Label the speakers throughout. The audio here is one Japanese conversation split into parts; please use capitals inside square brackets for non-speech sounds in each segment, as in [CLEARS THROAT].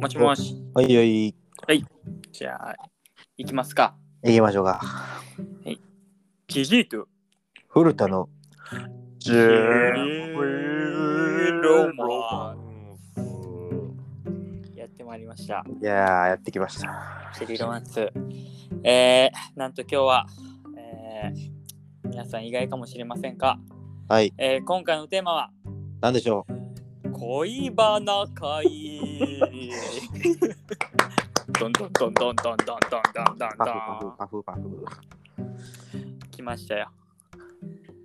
Speaker 1: もしもし。
Speaker 2: はいはい。
Speaker 1: じゃあ、行きますか。
Speaker 2: 行きましょうか。
Speaker 1: キジート。
Speaker 2: 古田の。ジ
Speaker 1: ロマやってまいりました。
Speaker 2: いやー、やってきました。
Speaker 1: シェリーロマンス。えー、なんと今日は、えー、皆さん意外かもしれませんが、
Speaker 2: はい、
Speaker 1: えー、今回のテーマは、
Speaker 2: なんでしょ
Speaker 1: 恋バナ会。どんどんどんどんどんどんどんどんど
Speaker 2: う。
Speaker 1: ん
Speaker 2: パ
Speaker 1: ど
Speaker 2: フパフ
Speaker 1: ん。
Speaker 2: パフパフ。
Speaker 1: 来ましたよ。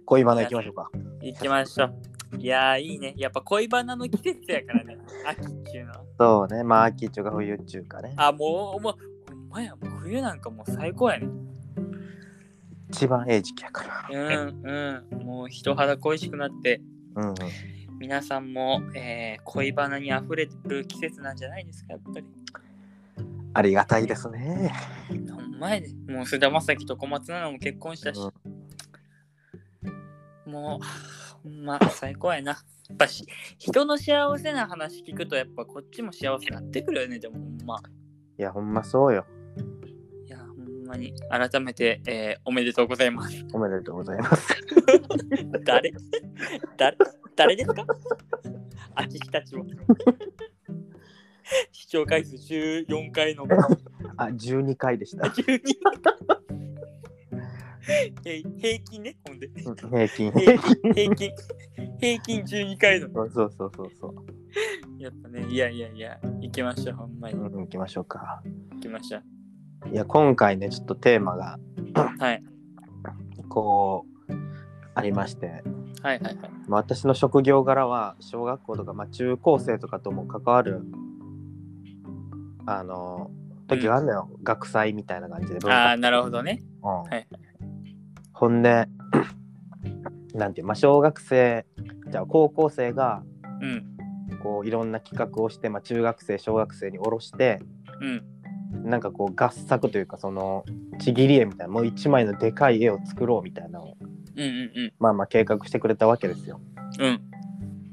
Speaker 2: 恋バナ行きましょうか。
Speaker 1: 行きましょう。いやーいいね。やっぱ恋バナの季節やからね。秋っていうのは。
Speaker 2: そうね、まあ、秋中か冬中かね。
Speaker 1: あ、もう、もう、ほんまや、もう冬なんかもう最高やね。
Speaker 2: 一番ええ時期やから。
Speaker 1: うんうん。もう人肌恋しくなって、
Speaker 2: うんうん。
Speaker 1: 皆さんも、えー恋バナに溢れる季節なんじゃないですか、やっぱり。
Speaker 2: ありがたいですね。
Speaker 1: ほんまやで。もう菅田将暉と小松菜奈も結婚したし、もう、はあほんま最高やな。やっぱし、人の幸せな話聞くと、やっぱこっちも幸せになってくるよね、でもほんま。
Speaker 2: いや、ほんまそうよ。
Speaker 1: いや、ほんまに、改めて、えーおめでとうございます。
Speaker 2: おめでとうございます。
Speaker 1: 誰誰誰ですかあちしたちは。視聴回数14回の
Speaker 2: あ、12回
Speaker 1: [LAUGHS]
Speaker 2: でした。
Speaker 1: 12え平均ね、ほんで。
Speaker 2: うん平均。
Speaker 1: 平均、平均、平均12回の。
Speaker 2: そうそうそうそうそう。
Speaker 1: やっぱね、いやいやいや、行きましょう、ほんまに。
Speaker 2: うん、行きましょうか。
Speaker 1: 行きましょう。
Speaker 2: いや、今回ね、ちょっとテーマが、
Speaker 1: はい、
Speaker 2: こう、ありまして。
Speaker 1: はい、はい、はい。
Speaker 2: まあ私の職業柄は小学校とか、まあ、中高生とかとも関わるあの時があるのよ、学祭みたいな感じで文
Speaker 1: あ
Speaker 2: 化
Speaker 1: あ、なるほどね。
Speaker 2: うん
Speaker 1: はい
Speaker 2: ほんで [CLEARS THROAT] なんていう、まあ、小学生じゃあ高校生が
Speaker 1: うん、
Speaker 2: こういろんな企画をして、まあ、中学生小学生に下ろして
Speaker 1: うん、
Speaker 2: なんかこう合作というかそのちぎり絵みたいなもう一枚のでかい絵を作ろうみたいなのを
Speaker 1: うん、うん、
Speaker 2: まあまあ計画してくれたわけですよ
Speaker 1: うん、うん、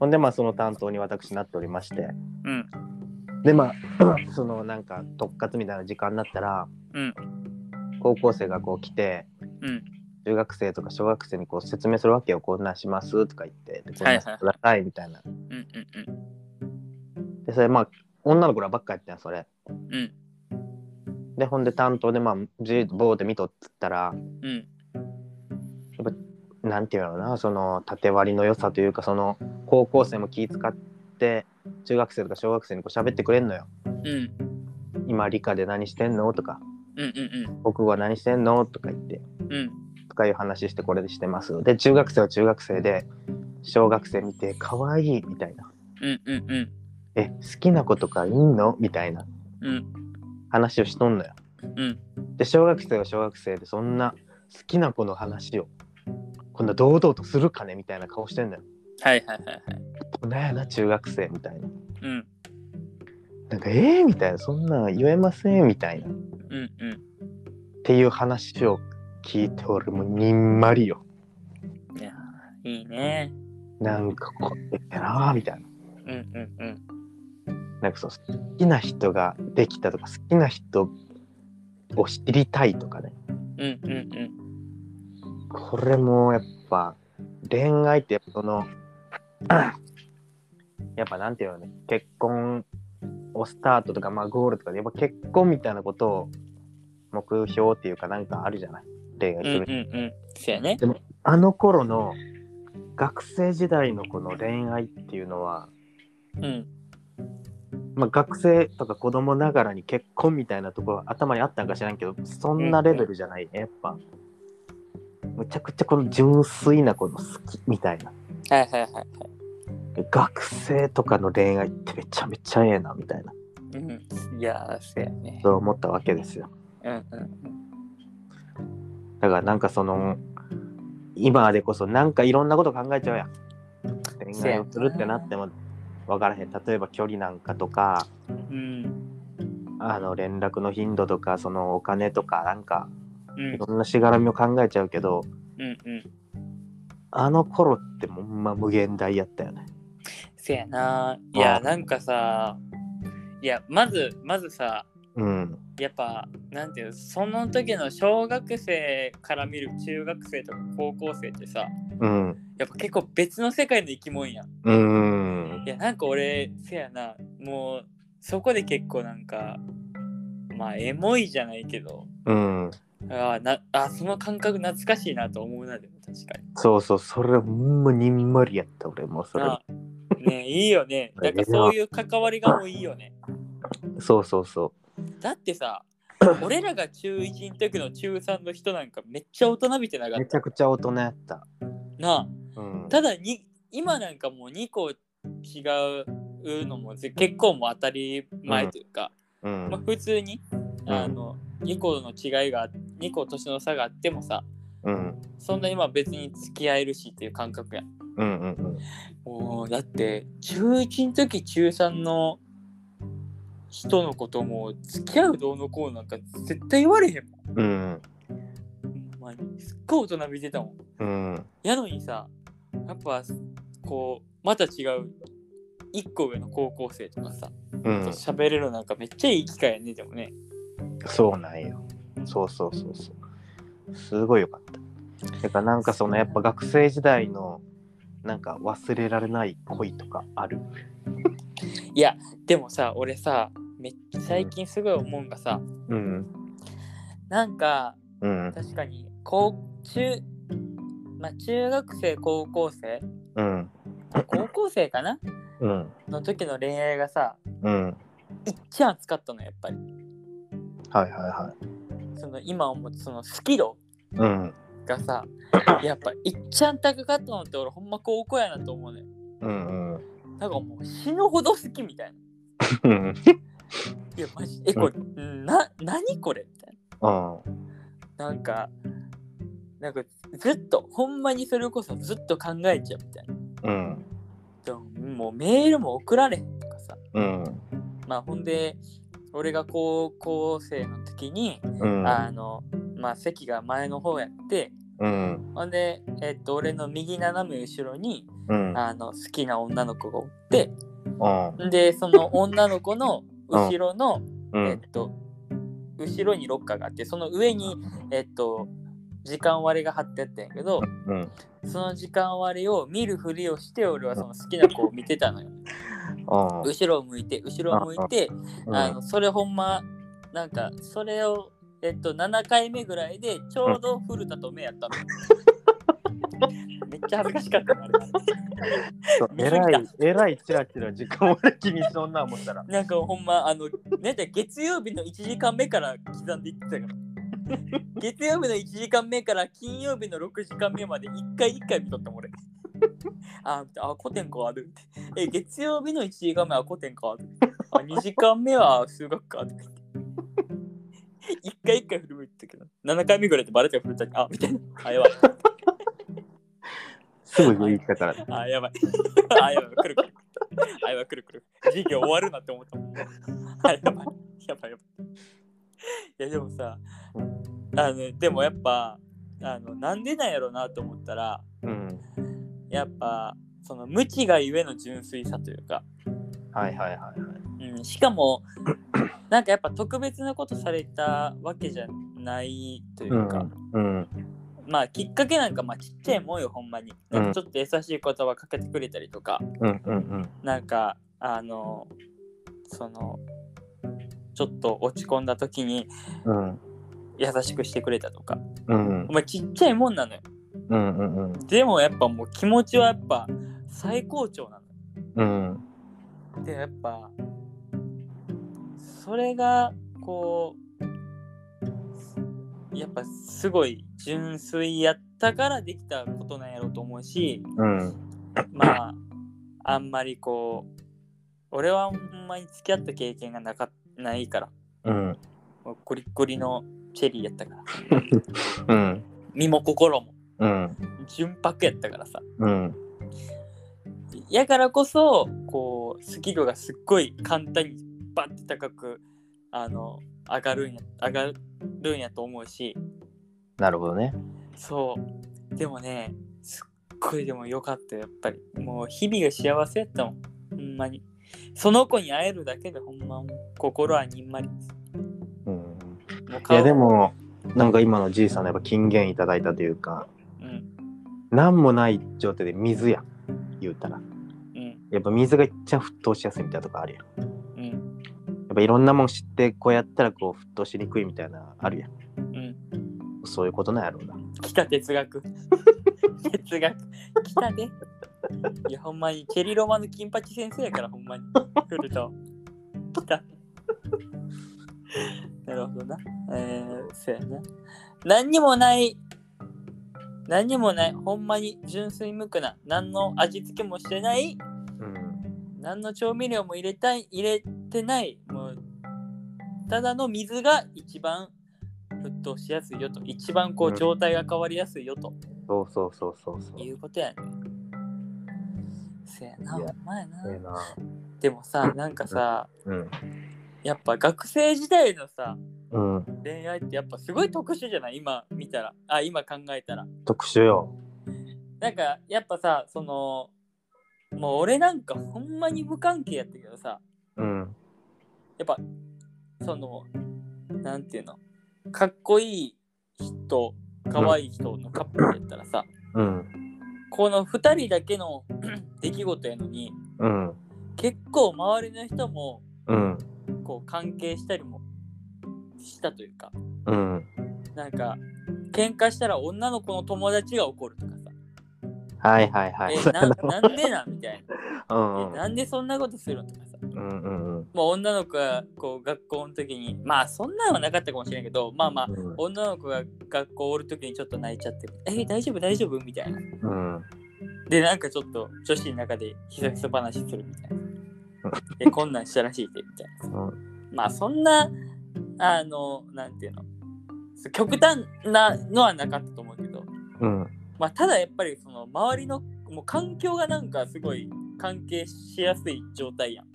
Speaker 2: ほんでまあその担当に私なっておりまして
Speaker 1: うん、
Speaker 2: でまあ [CLEARS THROAT] そのなんか特活みたいな時間になったら、
Speaker 1: うん
Speaker 2: 高校生がこう来て
Speaker 1: うん、
Speaker 2: 中学生とか小学生にこう説明するわけよこんなんしますとか言ってでこんなんしてくださいみたいな、
Speaker 1: うん、うん、
Speaker 2: でそれまあ女の子らばっかやってんそれ
Speaker 1: うん、
Speaker 2: でほんで担当でまあじーっと棒で見とっつったら
Speaker 1: うん、
Speaker 2: なんていうのかなその縦割りの良さというかその高校生も気使って中学生とか小学生にこう喋ってくれんのよ
Speaker 1: うん、
Speaker 2: 今理科で何してんのとか
Speaker 1: うん、うん、
Speaker 2: 国語は何してんのとか言って
Speaker 1: うん。
Speaker 2: とかいう話してこれしてますで中学生は中学生で小学生見て可愛いみたいな
Speaker 1: うんうんうん
Speaker 2: え好きな子とかいいのみたいな
Speaker 1: うん
Speaker 2: 話をしとんのよ
Speaker 1: うん
Speaker 2: で小学生は小学生でそんな好きな子の話をこんな堂々とするかねみたいな顔してんのよ
Speaker 1: はいはいはいはい
Speaker 2: なんやな中学生みたいな
Speaker 1: うん
Speaker 2: なんかえー、みたいなそんなん言えませんみたいなっ
Speaker 1: うん
Speaker 2: ていう話を聞いて俺もにんまりよ
Speaker 1: うんいやーいいね
Speaker 2: なんかこうええなーみたいな
Speaker 1: うんうんうん
Speaker 2: なんかそう好きな人ができたとか好きな人を知りたいとかね
Speaker 1: うんうんうん
Speaker 2: これもやっぱ恋愛ってやっぱその [CLEARS THROAT] やっぱなんていうのね結婚をスタートとかまあゴールとかでやっぱ結婚みたいなことを目標っていうかなんかあるじゃない恋愛
Speaker 1: う
Speaker 2: す
Speaker 1: ん
Speaker 2: る、
Speaker 1: うんうんそうやね
Speaker 2: あの頃の学生時代のこの恋愛っていうのは、
Speaker 1: うん
Speaker 2: まあ、学生とか子供ながらに結婚みたいなところ頭にあったんか知らんけどそんなレベルじゃないねやっぱむちゃくちゃこの純粋なこの好きみたいな
Speaker 1: はいはいはいはい
Speaker 2: 学生とかの恋愛ってめちゃめちゃええなみたいな
Speaker 1: うんいやーそうやね
Speaker 2: そう思ったわけですよ
Speaker 1: うんうん
Speaker 2: だからなんかその今でこそなんかいろんなこと考えちゃうやん恋愛をするってなっても分からへん例えば距離なんかとか
Speaker 1: うん
Speaker 2: あの連絡の頻度とかそのお金とかなんか
Speaker 1: うん
Speaker 2: いろんなしがらみを考えちゃうけど
Speaker 1: うんうん
Speaker 2: あの頃ってもうほんま無限大やったよね
Speaker 1: そうやないやなんかさいやまずまずさ
Speaker 2: うん。
Speaker 1: やっぱなんていうのその時の小学生から見る中学生とか高校生ってさ
Speaker 2: うん。
Speaker 1: やっぱ結構別の世界の生き物やん
Speaker 2: うん
Speaker 1: い。やなんか俺せやなもうそこで結構なんかまあエモいじゃないけど
Speaker 2: うん。
Speaker 1: あーなあその感覚懐かしいなと思うなでも確かに
Speaker 2: そうそう、それほんまにんまりやった、俺もそれ。
Speaker 1: あねいいよ
Speaker 2: [LAUGHS]
Speaker 1: ねなんかそういう関わりがもういいよね
Speaker 2: そうそうそ
Speaker 1: だって
Speaker 2: [COUGHS]
Speaker 1: さ俺らが中1の時の中3の人なんかめっちゃ大人びてなか
Speaker 2: う。
Speaker 1: っ
Speaker 2: めちゃくちゃ大人やった。
Speaker 1: たなあ
Speaker 2: うん。
Speaker 1: ただに今なんかもう2個違うのもぜ結構もう当たり前というか、
Speaker 2: う
Speaker 1: まあ
Speaker 2: ん。
Speaker 1: 普通に
Speaker 2: うん
Speaker 1: あの2個の違いが2個年の差があってもさ
Speaker 2: うん。
Speaker 1: そんなにまあ別に付き合えるしっていう感覚や
Speaker 2: うん。うん。
Speaker 1: もうだって中1の時中3の人のことも付き合うどうのこうのなんか絶対言われへんもん
Speaker 2: うん。
Speaker 1: ほんまにすっごい大人びてたもん
Speaker 2: うん。
Speaker 1: やのにさやっぱこうまた違う1個上の高校生とかさ
Speaker 2: うん。
Speaker 1: 喋、れるなんかめっちゃいい機会やねでもね
Speaker 2: そうなんよ。そうそうそうそう。すごいよかった。てかなんかそのやっぱ学生時代のなんか忘れられない恋とかある。
Speaker 1: いやでもさ俺さめっちゃ最近すごい思うんがさ
Speaker 2: うん。
Speaker 1: なんか
Speaker 2: うん。
Speaker 1: 確かに高中まあ中学生高校生
Speaker 2: うん。
Speaker 1: 高校生かな
Speaker 2: うん。
Speaker 1: の時の恋愛がさ
Speaker 2: うん。
Speaker 1: いっちゃ熱かったのやっぱり
Speaker 2: はいはいはい。
Speaker 1: その今思うそのスキル
Speaker 2: うん。
Speaker 1: がさやっぱいっちゃん高かったのって俺ほんま高校やなと思うね
Speaker 2: うんうん。
Speaker 1: なんかもう死ぬほど好きみたいな
Speaker 2: うん。
Speaker 1: いやマジえこれ、な何これみたいななんかなんかずっとほんまにそれこそずっと考えちゃうみたいな
Speaker 2: うん。
Speaker 1: でももうメールも送られへんとかさ
Speaker 2: うん。
Speaker 1: まあほんで俺が高校生の時に、
Speaker 2: うん。
Speaker 1: あのまあ席が前の方やって
Speaker 2: うん。
Speaker 1: ほんで、えっと俺の右斜め後ろに
Speaker 2: うん。
Speaker 1: あの好きな女の子がおって
Speaker 2: うん。
Speaker 1: んでその女の子の後ろの、
Speaker 2: う
Speaker 1: えっ
Speaker 2: ん。
Speaker 1: と後ろにロッカーがあってその上にえっと時間割が貼ってあったんやけど
Speaker 2: うん。
Speaker 1: その時間割を見るふりをして俺はその好きな子を見てたのよ後ろを向いて後ろを向いてあのそれほんまなんかそれをえっと7回目ぐらいでちょうど古田と目やった [LAUGHS] の。めっちゃ恥ずかしかったなあれ
Speaker 2: えらい、えらいチラチラ時間割気にしそんな思ったら。
Speaker 1: なんかほんまあのなんだ月曜日の1時間目から刻んでいってたから。月曜日の1時間目から金曜日の6時間目まで1回1回見とったもん俺。ああ、古典変わる。え、月曜日の1時間目は古典変わる。あ、2時間目は数学か。1回1回振り向いてたけど、7回目ぐらいでバレて振ったあ、みたいな。あ、やばい。
Speaker 2: すぐ言ったから。
Speaker 1: あ、やばい。 [LAUGHS] あ、やばい。くるくる。あ、やばい。くるくる。授業終わるなって思ったもん。あ、やばい。やばいやばい。いや、でもさ、
Speaker 2: う
Speaker 1: あの、でもやっぱ、あの、なんでなんやろうなと思ったら、
Speaker 2: うん。
Speaker 1: やっぱ、その無知がゆえの純粋さというか、
Speaker 2: はいはいはいはい。
Speaker 1: うん、しかも、なんかやっぱ特別なことされたわけじゃないというか、
Speaker 2: うん。
Speaker 1: まあきっかけなんかまあちっちゃいもんよほんまになんかちょっと優しい言葉かけてくれたりとか、
Speaker 2: うんうんうん。
Speaker 1: なんかあのそのちょっと落ち込んだ時に
Speaker 2: うん。
Speaker 1: 優しくしてくれたとか
Speaker 2: うん
Speaker 1: お。前ちっちゃいもんなのよ
Speaker 2: うんうん
Speaker 1: でもやっぱもう気持ちはやっぱ最高潮なのよ
Speaker 2: うん。
Speaker 1: でやっぱそれがこうやっぱすごい純粋やったからできたことなんやろうと思うし
Speaker 2: うん。
Speaker 1: まああんまりこう俺はほんまに付き合った経験がなかないから
Speaker 2: うん。
Speaker 1: もうゴリッゴリのチェリーやったから
Speaker 2: うん。
Speaker 1: 身も心も
Speaker 2: うん。
Speaker 1: 純白やったからさ
Speaker 2: うん。
Speaker 1: やからこそこうスキルがすっごい簡単にバッて高くあの上がるんや上がるんやと思うし
Speaker 2: なるほどね。
Speaker 1: そうでもねすっごいでも良かったよやっぱりもう日々が幸せやったもんほんまにその子に会えるだけでほんま心はにんまりです。
Speaker 2: うん、
Speaker 1: もう
Speaker 2: い
Speaker 1: 顔
Speaker 2: やで、もなんか今のじいさんのやっぱ金言いただいたというか
Speaker 1: うん
Speaker 2: 何もない状態で水や言うたら
Speaker 1: うん
Speaker 2: やっぱ水がいっちゃ沸騰しやすいみたいなとこあるやん
Speaker 1: うん
Speaker 2: やっぱいろんなもん知ってこうやったらこう沸騰しにくいみたいなあるやん
Speaker 1: うん。
Speaker 2: そういうことなんやろうな
Speaker 1: 来た哲学。哲学。来たね。いやほんまにチェリロマの金八先生やからほんまに。来ると。来た。なるほどな。えー、そうやな。何にもない。何にもない。ほんまに純粋無垢な。何の味付けもしてない。
Speaker 2: うん
Speaker 1: 何の調味料も入れたい入れてないもうただの水が一番沸騰しやすいよと一番こ
Speaker 2: うん
Speaker 1: う状態が変わりやすいよと
Speaker 2: そうそうそうそうそう
Speaker 1: いうことやね、せやない
Speaker 2: や
Speaker 1: お前な
Speaker 2: ええな
Speaker 1: でもさなんかさ
Speaker 2: うん
Speaker 1: やっぱ学生時代のさ
Speaker 2: うん
Speaker 1: 恋愛ってやっぱすごい特殊じゃない今見たらあ今考えたら
Speaker 2: 特殊よ
Speaker 1: なんかやっぱさそのもう俺なんかほんまに無関係やったけどさ
Speaker 2: うん
Speaker 1: やっぱそのなんていうのかっこいい人かわいい人のカップルやったらさ、
Speaker 2: うん
Speaker 1: この2人だけの [CLEARS THROAT] 出来事やのに
Speaker 2: うん
Speaker 1: 結構周りの人も
Speaker 2: うん
Speaker 1: こう関係したりもしたというか
Speaker 2: うん
Speaker 1: なんか喧嘩したら女の子の友達が怒るとかさ
Speaker 2: はいはいはい
Speaker 1: えななんでなんみたいな
Speaker 2: うん
Speaker 1: えなんでそんなことするのとかさ
Speaker 2: うんうんうん
Speaker 1: もう女の子がこう学校の時にまあそんなんはなかったかもしれんけどまあまあ
Speaker 2: うん
Speaker 1: 女の子が学校おるときにちょっと泣いちゃって「え大丈夫大丈夫?」みたいな
Speaker 2: うん
Speaker 1: でなんかちょっと女子の中でひそひそ話するみたいなでこんなんしたらしいでみたいなまあそんなあのなんていうの極端なのはなかったと思うけど
Speaker 2: うん
Speaker 1: まあただやっぱりその周りのもう環境がなんかすごい関係しやすい状態やん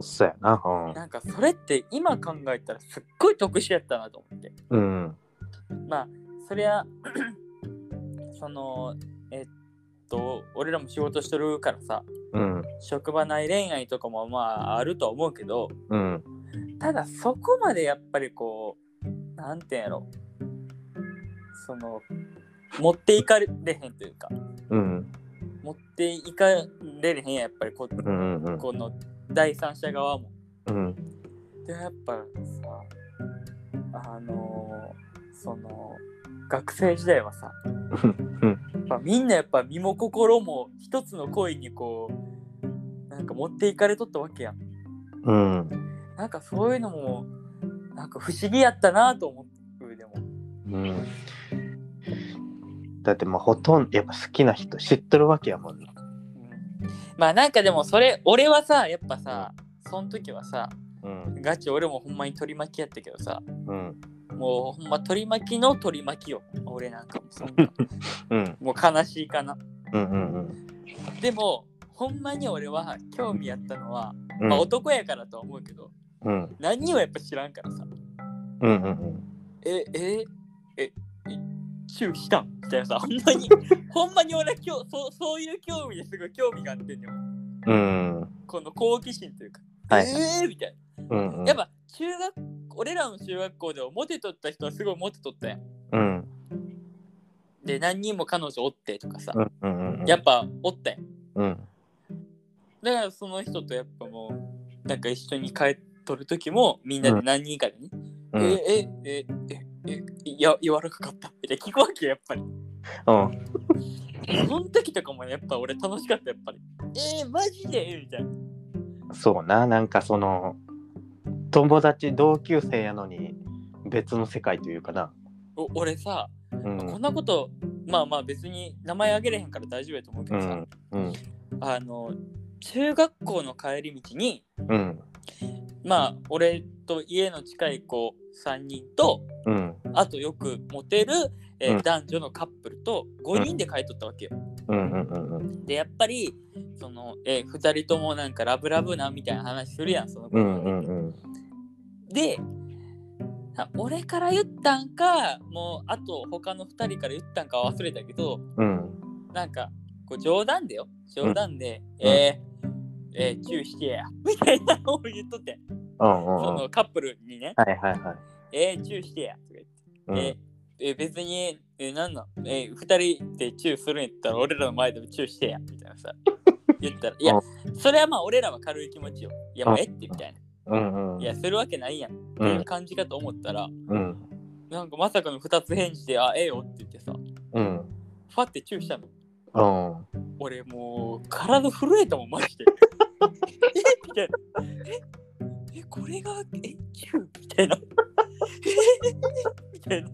Speaker 2: そうやな
Speaker 1: なんかそれって今考えたらすっごい特殊やったなと思って
Speaker 2: うんうん
Speaker 1: まあそりゃ [CLEARS THROAT] そのえっと俺らも仕事してるからさ
Speaker 2: うん
Speaker 1: 職場内恋愛とかもまああるとは思うけど
Speaker 2: うん
Speaker 1: ただそこまでやっぱりこうなんていうんやろその持っていかれへんというか
Speaker 2: うん
Speaker 1: 持っていかれへんややっぱりこ
Speaker 2: うんうん
Speaker 1: この第三者側も。
Speaker 2: うん
Speaker 1: でやっぱさあのその学生時代はさまあ、みんなやっぱ身も心も一つの恋にこうなんか持っていかれとったわけやん
Speaker 2: うん
Speaker 1: なんかそういうのもなんか不思議やったなと思うでも
Speaker 2: うんだってまあほとんどやっぱ好きな人知っとるわけやもんね
Speaker 1: うんまあなんかでもそれ俺はさやっぱさその時はさ
Speaker 2: うん
Speaker 1: ガチ俺もほんまに取り巻きやったけどさ
Speaker 2: うん
Speaker 1: もうほんま取り巻きの取り巻きよ俺なんかもそんな
Speaker 2: うん
Speaker 1: もう悲しいかな
Speaker 2: うんうん
Speaker 1: でもほんまに俺は興味やったのは、
Speaker 2: うん
Speaker 1: まあ、男やからとは思うけど
Speaker 2: うん
Speaker 1: 何をやっぱ知らんからさ
Speaker 2: うんうん
Speaker 1: え、え、え、えチューしたんみたいな
Speaker 2: [LAUGHS]
Speaker 1: さ、ほんまに、ほんまに俺は今日そうそういう興味ですごい興味があってんねん。
Speaker 2: うん
Speaker 1: この好奇心というか、
Speaker 2: はい
Speaker 1: えーみたい
Speaker 2: うんう
Speaker 1: な。
Speaker 2: ん
Speaker 1: やっぱ中学、俺らの中学校ではモテとった人はすごいモテとったやん。
Speaker 2: うん
Speaker 1: で、何人も彼女おってとかさ
Speaker 2: う、んうんうん
Speaker 1: やっぱおったやん。
Speaker 2: うん
Speaker 1: だからその人とやっぱもう、なんか一緒に帰っとる時も、みんなで何人かでね、
Speaker 2: うん
Speaker 1: え、え、え、え、え、いや、柔らかかったみたいな聞くわけよやっぱり。
Speaker 2: うん
Speaker 1: その時とかもやっぱ俺楽しかったやっぱり。えー、マジでみたいな。
Speaker 2: そうななんかその友達同級生やのに別の世界というかな
Speaker 1: お俺さ、
Speaker 2: うん
Speaker 1: こんなことまあまあ別に名前あげれへんから大丈夫やと思うけ
Speaker 2: う
Speaker 1: どさ
Speaker 2: ん、うん
Speaker 1: あの中学校の帰り道に
Speaker 2: うん
Speaker 1: まあ俺と家の近い子3人と
Speaker 2: うん
Speaker 1: あとよくモテる、えー
Speaker 2: うん
Speaker 1: 男女のカップルと5人で帰っとったわけよ。
Speaker 2: うんうんうん
Speaker 1: でやっぱりその、えー、2人ともなんかラブラブなみたいな話するやんその子
Speaker 2: うんうんうんうん
Speaker 1: であ俺から言ったんかもうあと他の2人から言ったんかは忘れたけど
Speaker 2: うん
Speaker 1: なんかこう冗談でよ冗談で、
Speaker 2: うん
Speaker 1: えーえー、チューしてや。 [LAUGHS] みたいなのを言っとって。
Speaker 2: うんう
Speaker 1: そ
Speaker 2: んうん。はい
Speaker 1: のカップルにね、
Speaker 2: はいはい。
Speaker 1: えー、チューしてや。とか言って
Speaker 2: うん、
Speaker 1: ええ別に、えなんなん、え二人でチューするんやったら俺らの前でもチューしてやみたいなさ言ったらいや
Speaker 2: う
Speaker 1: それはまあ俺らは軽い気持ちよいやもうえってみたいな
Speaker 2: うんうん。
Speaker 1: いやするわけないやんって
Speaker 2: う
Speaker 1: いうん感じかと思ったら、
Speaker 2: うん
Speaker 1: なんかまさかの二つ返事であええよって言ってさ
Speaker 2: うん
Speaker 1: ファってチューしたの
Speaker 2: うん。
Speaker 1: 俺もう体震えたもんマジで [LAUGHS] えみたいなええこれがえチューみたいなえみたいな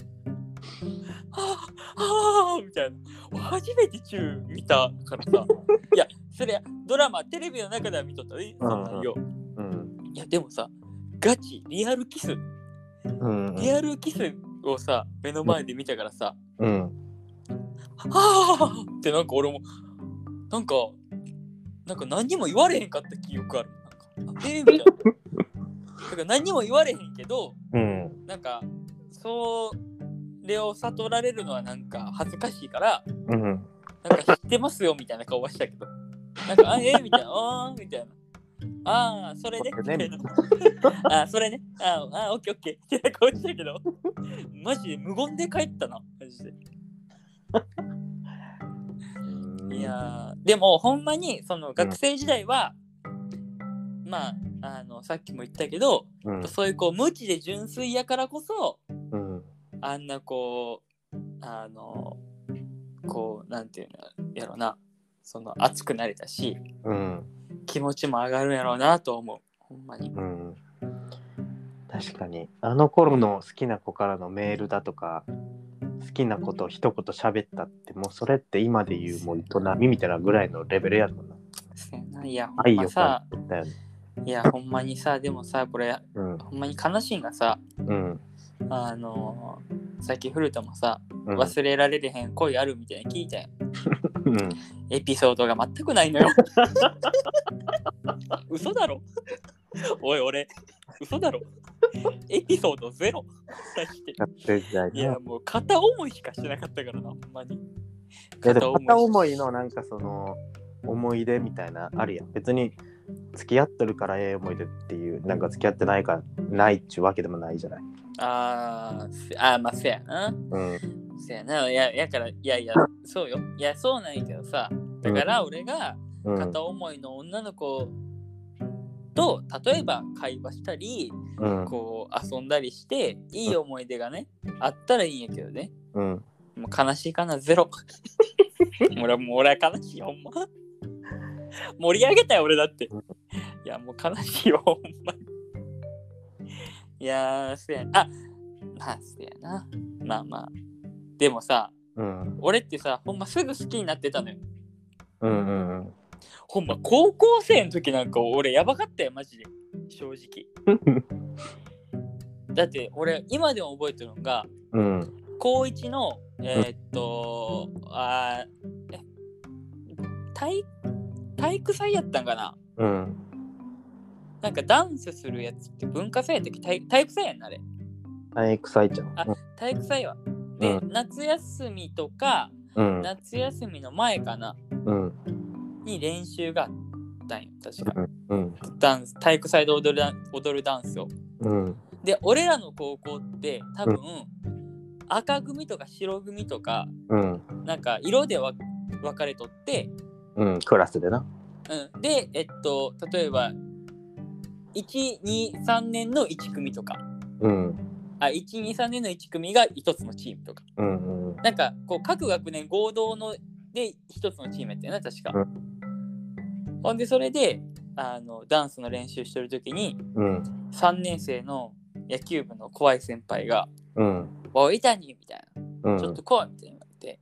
Speaker 1: あああーみたいな初めてチュー見たからさいやそれドラマテレビの中では見とったえそんなんよ、
Speaker 2: うん
Speaker 1: いやでもさガチリアルキス
Speaker 2: うん
Speaker 1: リアルキスをさ目の前で見たからさ、
Speaker 2: うん
Speaker 1: はあってなんか俺もなんかなんか何にも言われへんかった記憶あるなんかあえーみたいなだから何にも言われへんけど
Speaker 2: うん
Speaker 1: なんかそれを悟られるのはなんか恥ずかしいから
Speaker 2: うん
Speaker 1: なんか知ってますよみたいな顔はしたけどなんかあえーみたいなあーみたいなあーそれね
Speaker 2: それね
Speaker 1: みたいな [LAUGHS] あーそれねあーあーオッケーオッケーって顔したけどマジで無言で帰ったなマジで
Speaker 2: うん
Speaker 1: いやーでもほんまにその学生時代は、まああのさっきも言ったけど、
Speaker 2: うん
Speaker 1: そういうこう無知で純粋やからこそ
Speaker 2: うん
Speaker 1: あんなこうあのこうなんていうのやろなその熱くなれたし
Speaker 2: うん
Speaker 1: 気持ちも上がるんやろうなと思うほんまに
Speaker 2: うん確かにあの頃の好きな子からのメールだとか好きなことを一言喋ったってもうそれって今で言うもう営みみたいなぐらいのレベルやもんな
Speaker 1: せやないやほん
Speaker 2: 愛
Speaker 1: ま
Speaker 2: を
Speaker 1: さ
Speaker 2: 感じたよね
Speaker 1: いやほんまにさでもさこれ
Speaker 2: うん
Speaker 1: ほんまに悲しいんがさ
Speaker 2: うん
Speaker 1: あのさっき古田もさ
Speaker 2: うん
Speaker 1: 忘れられれへん恋あるみたいな聞いたやん
Speaker 2: うん
Speaker 1: エピソードが全くないのよ。 [LAUGHS] 嘘だろおい俺、嘘だろエピソードゼロ出して
Speaker 2: 学生時代
Speaker 1: い
Speaker 2: ねいや
Speaker 1: やもう片思いしかしてなかったからな、ほんまに。
Speaker 2: でも片思いのなんかその思い出みたいなあるやん別に付き合ってるからええ思い出っていうなんか付き合ってないからないっちゅうわけでもないじゃない
Speaker 1: あーせあー、まあ、せやな。
Speaker 2: うん
Speaker 1: せやな。いや、やから、いやいや、そうよ。いや、そうなんやけどさ。だから俺が
Speaker 2: うん
Speaker 1: 片思いの女の子と、例えば会話したり、
Speaker 2: うん
Speaker 1: こう遊んだりして、いい思い出がね、あったらいいんやけどね。
Speaker 2: うん
Speaker 1: もう悲しいかな、ゼロ。俺はもう俺は悲しいよ、ほんま。盛り上げたよ、俺だって。いや、もう悲しいよ、ほんまに。いやー、せやあまあ、せやな。まあまあ。でもさ、
Speaker 2: うん
Speaker 1: 俺ってさ、ほんますぐ好きになってたのよ。
Speaker 2: うんうんうん
Speaker 1: ほんま、高校生の時なんか俺やばかったよ、マジで。正直。だって俺、今でも覚えてるのが、
Speaker 2: うん
Speaker 1: 高一のえーっと、あーえ体体育祭やったんかな
Speaker 2: うん
Speaker 1: なんかダンスするやつって文化祭やったっけ体体育祭やんなあれ
Speaker 2: 体育祭ちゃん
Speaker 1: あ体育祭はで、
Speaker 2: う
Speaker 1: 夏休みとか
Speaker 2: うん
Speaker 1: 夏休みの前かな
Speaker 2: うん
Speaker 1: に練習があったんよ確か
Speaker 2: うん
Speaker 1: ダンス体育祭で踊るダン踊るダンスを
Speaker 2: うん
Speaker 1: で俺らの高校って多分、赤組とか白組とか
Speaker 2: うん
Speaker 1: なんか色でわ分かれとって
Speaker 2: うんクラスでな
Speaker 1: うん、で、えっと、例えば、1、2、3年の1組とか、
Speaker 2: うん
Speaker 1: あ、1、2、3年の1組が1つのチームとか、
Speaker 2: うんうん
Speaker 1: なんか、こう、各学年合同ので1つのチームやったよな、確か。ほんで、それで、あの、ダンスの練習してるときに、
Speaker 2: うん
Speaker 1: 3年生の野球部の怖い先輩が、
Speaker 2: うん
Speaker 1: おい、板にみたいな、
Speaker 2: うん
Speaker 1: ちょっと怖いみたいに言
Speaker 2: う
Speaker 1: われ
Speaker 2: ん
Speaker 1: て、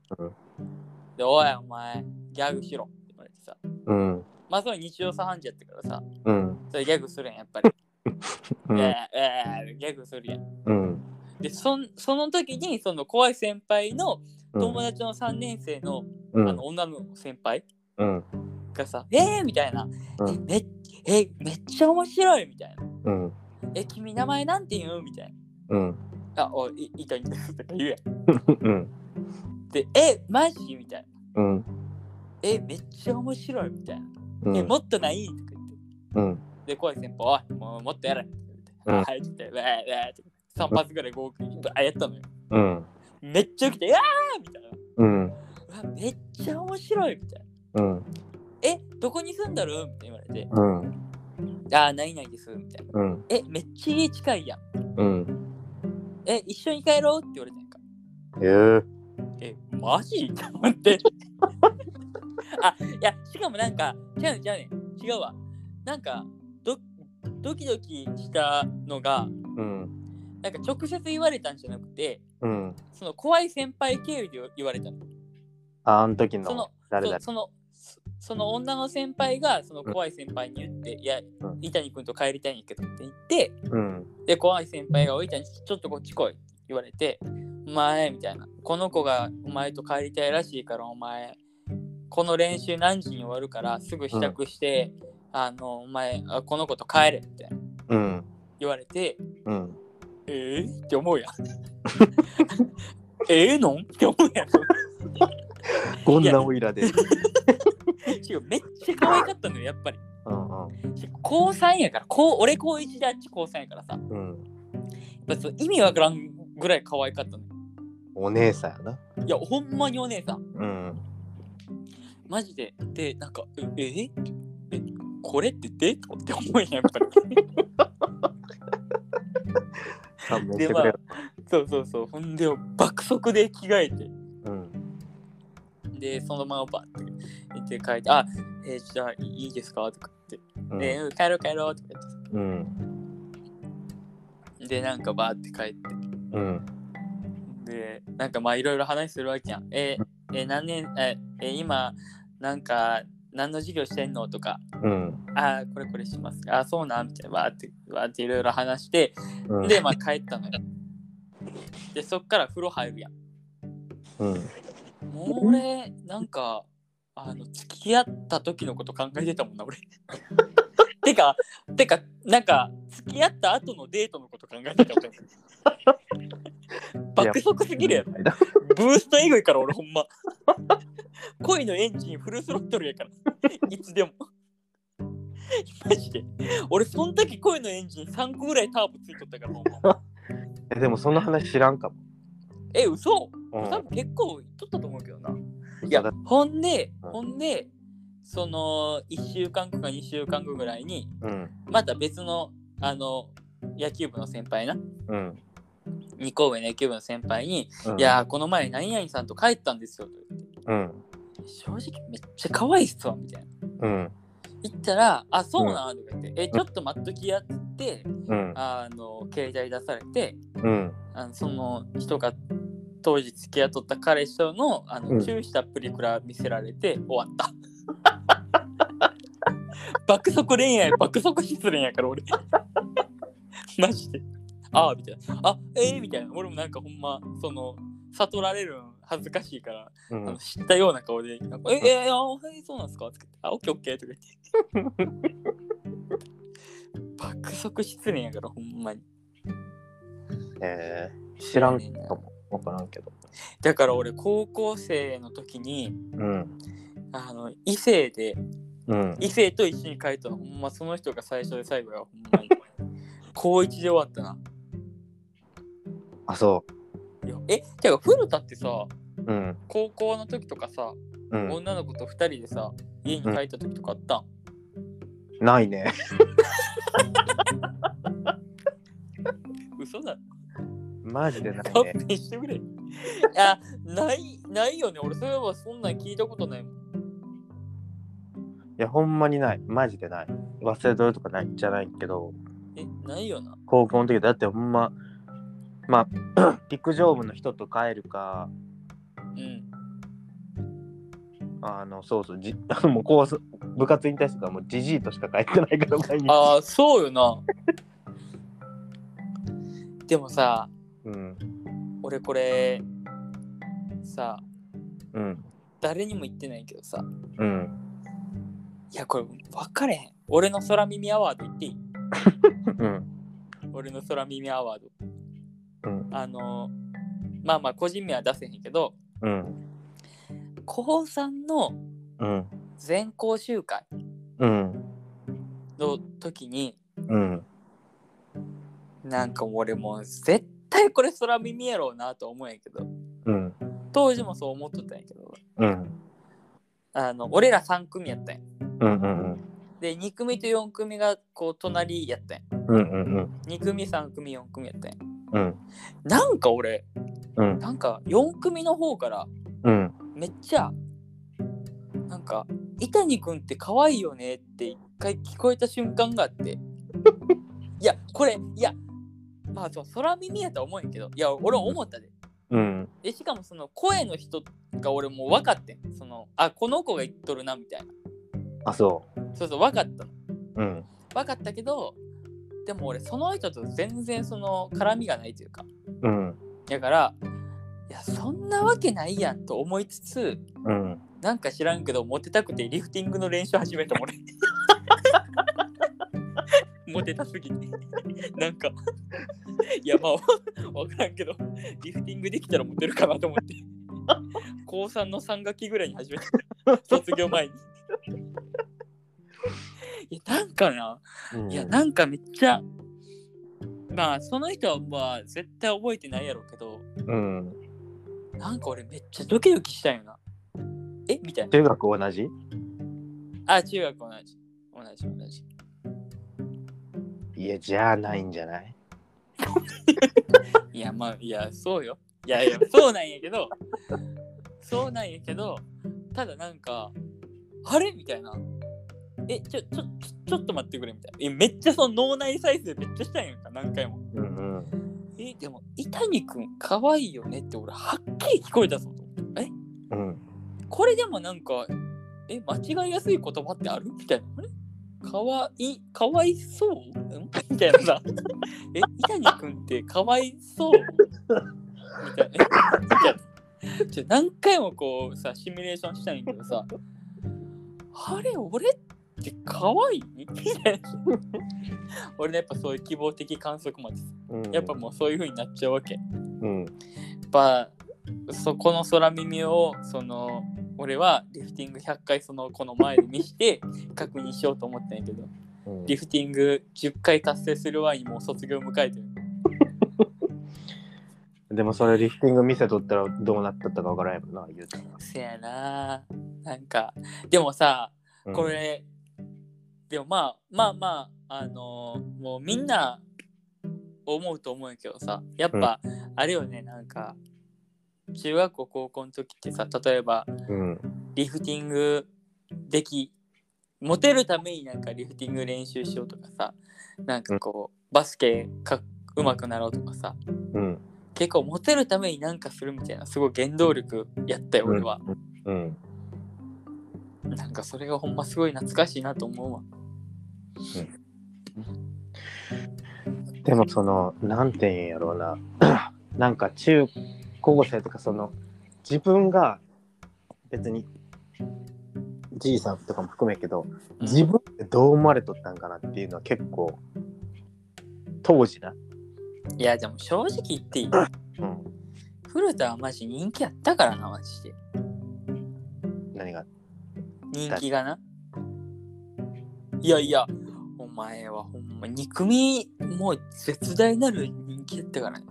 Speaker 1: で、おい、お前、ギャグしろって言われてさ、
Speaker 2: うん
Speaker 1: まあ、それ日常茶飯事やったからさ、
Speaker 2: うん
Speaker 1: それギャグするやん、やっぱり。
Speaker 2: うん
Speaker 1: えーえーギャグするやん。
Speaker 2: うん
Speaker 1: で、そんその時に、その怖い先輩の
Speaker 2: うん
Speaker 1: 友達の3年生の,、
Speaker 2: うん
Speaker 1: あの女の先輩
Speaker 2: うん
Speaker 1: がさ、えーみたいな、
Speaker 2: うん
Speaker 1: えめっえめっちゃ面白いみたいな。
Speaker 2: うん
Speaker 1: え、君名前なんて言うみたい
Speaker 2: うん
Speaker 1: な。あ、おい、いいといいとか言うやん。
Speaker 2: うん
Speaker 1: で、え、マジみたいな。
Speaker 2: うん
Speaker 1: え、めっちゃ面白いみたいな。
Speaker 2: う
Speaker 1: え、
Speaker 2: ん
Speaker 1: もっとないとか言って。
Speaker 2: うん。
Speaker 1: で、怖い先輩、おい、もうもっとやれって
Speaker 2: うん
Speaker 1: 言って、はい、って言って、うわーうわーって、3発ぐらい合計、うわーやったのよ。
Speaker 2: うん。
Speaker 1: めっちゃ起きて、うわーみたいな。
Speaker 2: うん。
Speaker 1: うわ、めっちゃ面白いみたいな。
Speaker 2: うん。
Speaker 1: え、どこに住んだるみたいな言わ
Speaker 2: うん。
Speaker 1: れて、あー、ないないです、みたいな。
Speaker 2: うん。
Speaker 1: え、めっちゃ家近いやん。
Speaker 2: うん。
Speaker 1: え、一緒に帰ろうって言われたんか。
Speaker 2: ええ。
Speaker 1: え、マジと思って。あ、いや、しかもなんか、違うね、違うね、違うわ。なんか、ど、ドキドキしたのが、
Speaker 2: うん。
Speaker 1: なんか直接言われたんじゃなくて、
Speaker 2: うん。
Speaker 1: その怖い先輩経由で言われたの。
Speaker 2: ああの時
Speaker 1: その
Speaker 2: の、誰だ
Speaker 1: そその、そその女の先輩が、その怖い先輩に言って、いや、伊谷君と帰りたいんやけどって言って、
Speaker 2: うん。
Speaker 1: で、怖い先輩が、おいちゃん、ちょっとこっち来いって言われて、お前、みたいな。この子がお前と帰りたいらしいから、お前、この練習何時に終わるから、すぐ支度して、あの、お前、あこの子と帰れ、みたいな
Speaker 2: うん。
Speaker 1: 言われて、
Speaker 2: うん。
Speaker 1: えー、って思うやん。
Speaker 2: [LAUGHS]
Speaker 1: ええのんって思うやん。
Speaker 2: こんなオイラで。
Speaker 1: 違うめっちゃ可愛かったのよ、やっぱり。
Speaker 2: うん。
Speaker 1: し高3やから、こう俺高1であっち高3やからさ、やっ
Speaker 2: うん。
Speaker 1: ぱそう意味わからんぐらい可愛かったのよ。
Speaker 2: お姉さんやな。
Speaker 1: いや、ほんまにお姉さん。
Speaker 2: うん。
Speaker 1: マジで。で、なんか、えええこれってデートって思うやん、やっぱり。
Speaker 2: 勘弁し
Speaker 1: で、
Speaker 2: て
Speaker 1: ま
Speaker 2: く
Speaker 1: あ
Speaker 2: れよ。、
Speaker 1: [LAUGHS] そうそうそう。ほんで、爆速で着替えて。
Speaker 2: うん。
Speaker 1: で、そのままバッて行って帰って、あ、えーじゃあいいですかとか言って、
Speaker 2: うん
Speaker 1: で、うん帰ろう帰ろうとか言って
Speaker 2: うん。
Speaker 1: さで、なんかバーって帰って。
Speaker 2: うん。
Speaker 1: でなんかまあいろいろ話するわけやん。えーえー何年えーえー今なんか何の授業してんのとか
Speaker 2: うん。
Speaker 1: ああこれこれしますああそうなんみたいなわーってわーっていろいろ話して
Speaker 2: うん。
Speaker 1: でまあ帰ったのよ。でそっから風呂入るやん。
Speaker 2: うん。
Speaker 1: もう俺なんかあの付き合った時のこと考えてたもんな俺。 [LAUGHS] てかてかなんか付き合った後のデートのこと考えてた俺。爆速すぎるやん。ブースト以外から俺ほんま。恋のエンジンフルスロットルやから。いつでも。マジで。俺そん時恋のエンジン3個ぐらいターボついとったからほんま。
Speaker 2: え、でもその話知らんかも。
Speaker 1: え、嘘
Speaker 2: うん
Speaker 1: 多分結構いっとったと思うけどな。
Speaker 2: 嘘
Speaker 1: いや
Speaker 2: だ、
Speaker 1: ほんで、
Speaker 2: うん
Speaker 1: ほんで、その1週間後か2週間後ぐらいに、
Speaker 2: うん。
Speaker 1: また別の、あの、野球部の先輩な、
Speaker 2: うん。
Speaker 1: 二個上の野球部の先輩に、
Speaker 2: うん
Speaker 1: い。やー、この前、何々さんと帰ったんですよと言って。
Speaker 2: うん。
Speaker 1: 正直めっちゃ可愛いっすわみたいな。
Speaker 2: うん。
Speaker 1: 行ったら、あ、そうなのとか言って、え、ちょっと待っときやって言って、
Speaker 2: うん。
Speaker 1: あの、携帯出されて、
Speaker 2: うん。
Speaker 1: あのその人が当時付き合っとった彼氏とのあの、
Speaker 2: うん
Speaker 1: チューしたプリクラ見せられて終わった。 [LAUGHS] 爆速恋愛、爆速失恋やから俺。 [LAUGHS] マジで。ああ、みたいな。あ、ええみたいな。俺もなんかほんま、その、悟られるん恥ずかしいから、
Speaker 2: う
Speaker 1: あの
Speaker 2: ん。
Speaker 1: 知ったような顔で、なんかえ、え、あ、はい、そうなんですかって言って、あ、オッケーオッケーとか言って。爆速失恋やから、ほんまに。
Speaker 2: えー、知らんかも。わからんけど。
Speaker 1: だから俺、高校生の時に、
Speaker 2: うん。
Speaker 1: あの、異性で、
Speaker 2: うん。
Speaker 1: 異性と一緒に帰ったの、ほんまその人が最初で最後や、ほん
Speaker 2: [LAUGHS]
Speaker 1: まに。高一で終わったな。
Speaker 2: あ、そ
Speaker 1: いやえ、てか、古田ってさ、
Speaker 2: う。うん。
Speaker 1: 高校の時とかさ、
Speaker 2: うん。
Speaker 1: 女の子と二人でさ、家に帰った時とかあったん
Speaker 2: ないね。
Speaker 1: 嘘だ
Speaker 2: マジでな
Speaker 1: 勘
Speaker 2: いね。
Speaker 1: 弁してくれ。いや、ない、ないよね。俺、そういえばそんなん聞いたことないもん。
Speaker 2: いや、ほんまにない。マジでない。忘れとるとかないじゃないけど、
Speaker 1: え、ないよな。
Speaker 2: 高校の時だってほんま、まあ、陸上部の人と帰るか、
Speaker 1: うん。
Speaker 2: あの、そうそう、じもう高卒部活に対してからもうじじいとしか帰ってないから、毎日。
Speaker 1: ああ、そうよな。でもさ、
Speaker 2: うん。
Speaker 1: 俺これ、さ、
Speaker 2: うん。
Speaker 1: 誰にも言ってないけどさ、
Speaker 2: うん。
Speaker 1: いや、これ分かれへん。俺の空耳アワード言っていい
Speaker 2: うん。
Speaker 1: 俺の空耳アワード。
Speaker 2: うん
Speaker 1: あの、まあまあ、個人名は出せへんけど、
Speaker 2: うん。
Speaker 1: 高3の
Speaker 2: うん。
Speaker 1: 全校集会
Speaker 2: うん。
Speaker 1: の時に、
Speaker 2: うん。
Speaker 1: なんか俺もう絶対これ空耳やろうなと思うんやけど、
Speaker 2: うん。
Speaker 1: 当時もそう思っとったんやけど、
Speaker 2: うん。
Speaker 1: あの、俺ら3組やったんや。
Speaker 2: うん。うん。
Speaker 1: で、2組と4組がこう隣やったんや。
Speaker 2: うん。うん。
Speaker 1: 2組、3組、4組やったんや。
Speaker 2: うん。
Speaker 1: なんか俺、
Speaker 2: うん。
Speaker 1: なんか4組の方から
Speaker 2: うん。
Speaker 1: めっちゃ、なんか、伊谷くんって可愛いよねって一回聞こえた瞬間があって。いや、これ、いや、まあそう、空耳やとは思うんやけど、いや、俺思ったで。
Speaker 2: うん。
Speaker 1: でしかもその声の人が俺もう分かってんそのあこの子が言っとるなみたい
Speaker 2: あ、そ
Speaker 1: なそうそう分かったの
Speaker 2: う。うん。
Speaker 1: 分かったけどでも俺その人と全然その絡みがないというか
Speaker 2: うん。
Speaker 1: だからいやそんなわけないやんと思いつつ
Speaker 2: うん。
Speaker 1: なんか知らんけどモテたくてリフティングの練習始めた俺モテたすぎてなんかいやまあ分からんけどリフティングできたらモテるかなと思って高3の3学期ぐらいに始めた卒業前にいやなんかな
Speaker 2: うん
Speaker 1: いやなんかめっちゃまあその人はまあ絶対覚えてないやろうけど
Speaker 2: うん。
Speaker 1: なんか俺めっちゃドキドキしたんよなえみたいな
Speaker 2: 中学同じ
Speaker 1: あ、中学同じ。同じ同じ。
Speaker 2: いや、じゃあないんじゃない
Speaker 1: いや、まあ、いや、そうよ。いやいや、そうなんやけど、そうなんやけど、ただなんか、あれみたいな。え、ちょ、ちょ、ちょちょっと待ってくれみたいな。え、めっちゃその脳内再生めっちゃしたんやんか、何回も。
Speaker 2: うんうん。
Speaker 1: え、でも、伊谷くん、かわいいよねって俺、はっきり聞こえたぞと思って。え、
Speaker 2: うん。
Speaker 1: これでもなんか、え、間違いやすい言葉ってあるみたいな。あれかわい、かわいそうんみたいなさ。え、伊谷くんってかわいそうみたいな。えみたいなちょ何回もこうさ、シミュレーションしたいんやけどさ、あれ、俺ってかわいいみたいな。俺のやっぱそういう希望的観測もあってさ
Speaker 2: うん
Speaker 1: やっぱもうそういう風になっちゃうわけ。
Speaker 2: うん。
Speaker 1: やっぱそこの空耳をその俺はリフティング100回その子の前で見して確認しようと思ったんやけど
Speaker 2: うん
Speaker 1: リフティング10回達成する前にもう卒業迎えてる
Speaker 2: でもそれリフティング見せとったらどうなったったかわからんやもんな、言うたら。
Speaker 1: せやななんかでもさ
Speaker 2: うん
Speaker 1: こ。れ、でもまあまあまああのーもうみんな思うと思うんやけどさやっぱ、あれよねなんか中学校高校の時ってさ例えば
Speaker 2: うん。
Speaker 1: リフティングできモテるためになんかリフティング練習しようとかさなんかこう、バスケかうまくなろうとかさ
Speaker 2: うん。
Speaker 1: 結構モテるためになんかするみたいなすごい原動力やったよ俺は、
Speaker 2: うん。
Speaker 1: なんかそれがほんますごい懐かしいなと思うわ
Speaker 2: でもその、なんて言うんやろうな。 [CLEARS THROAT] なんか中高生とかその、自分が別に、じいさんとかも含めけど、自分ってどう思われとったんかなっていうのは結構、当時な。
Speaker 1: いやでも正直言っていい
Speaker 2: うん。
Speaker 1: 古田はマジ人気やったからなマジで
Speaker 2: 何が。
Speaker 1: 人気がないやいやお前はほんま2組もう絶大なる人気やったからね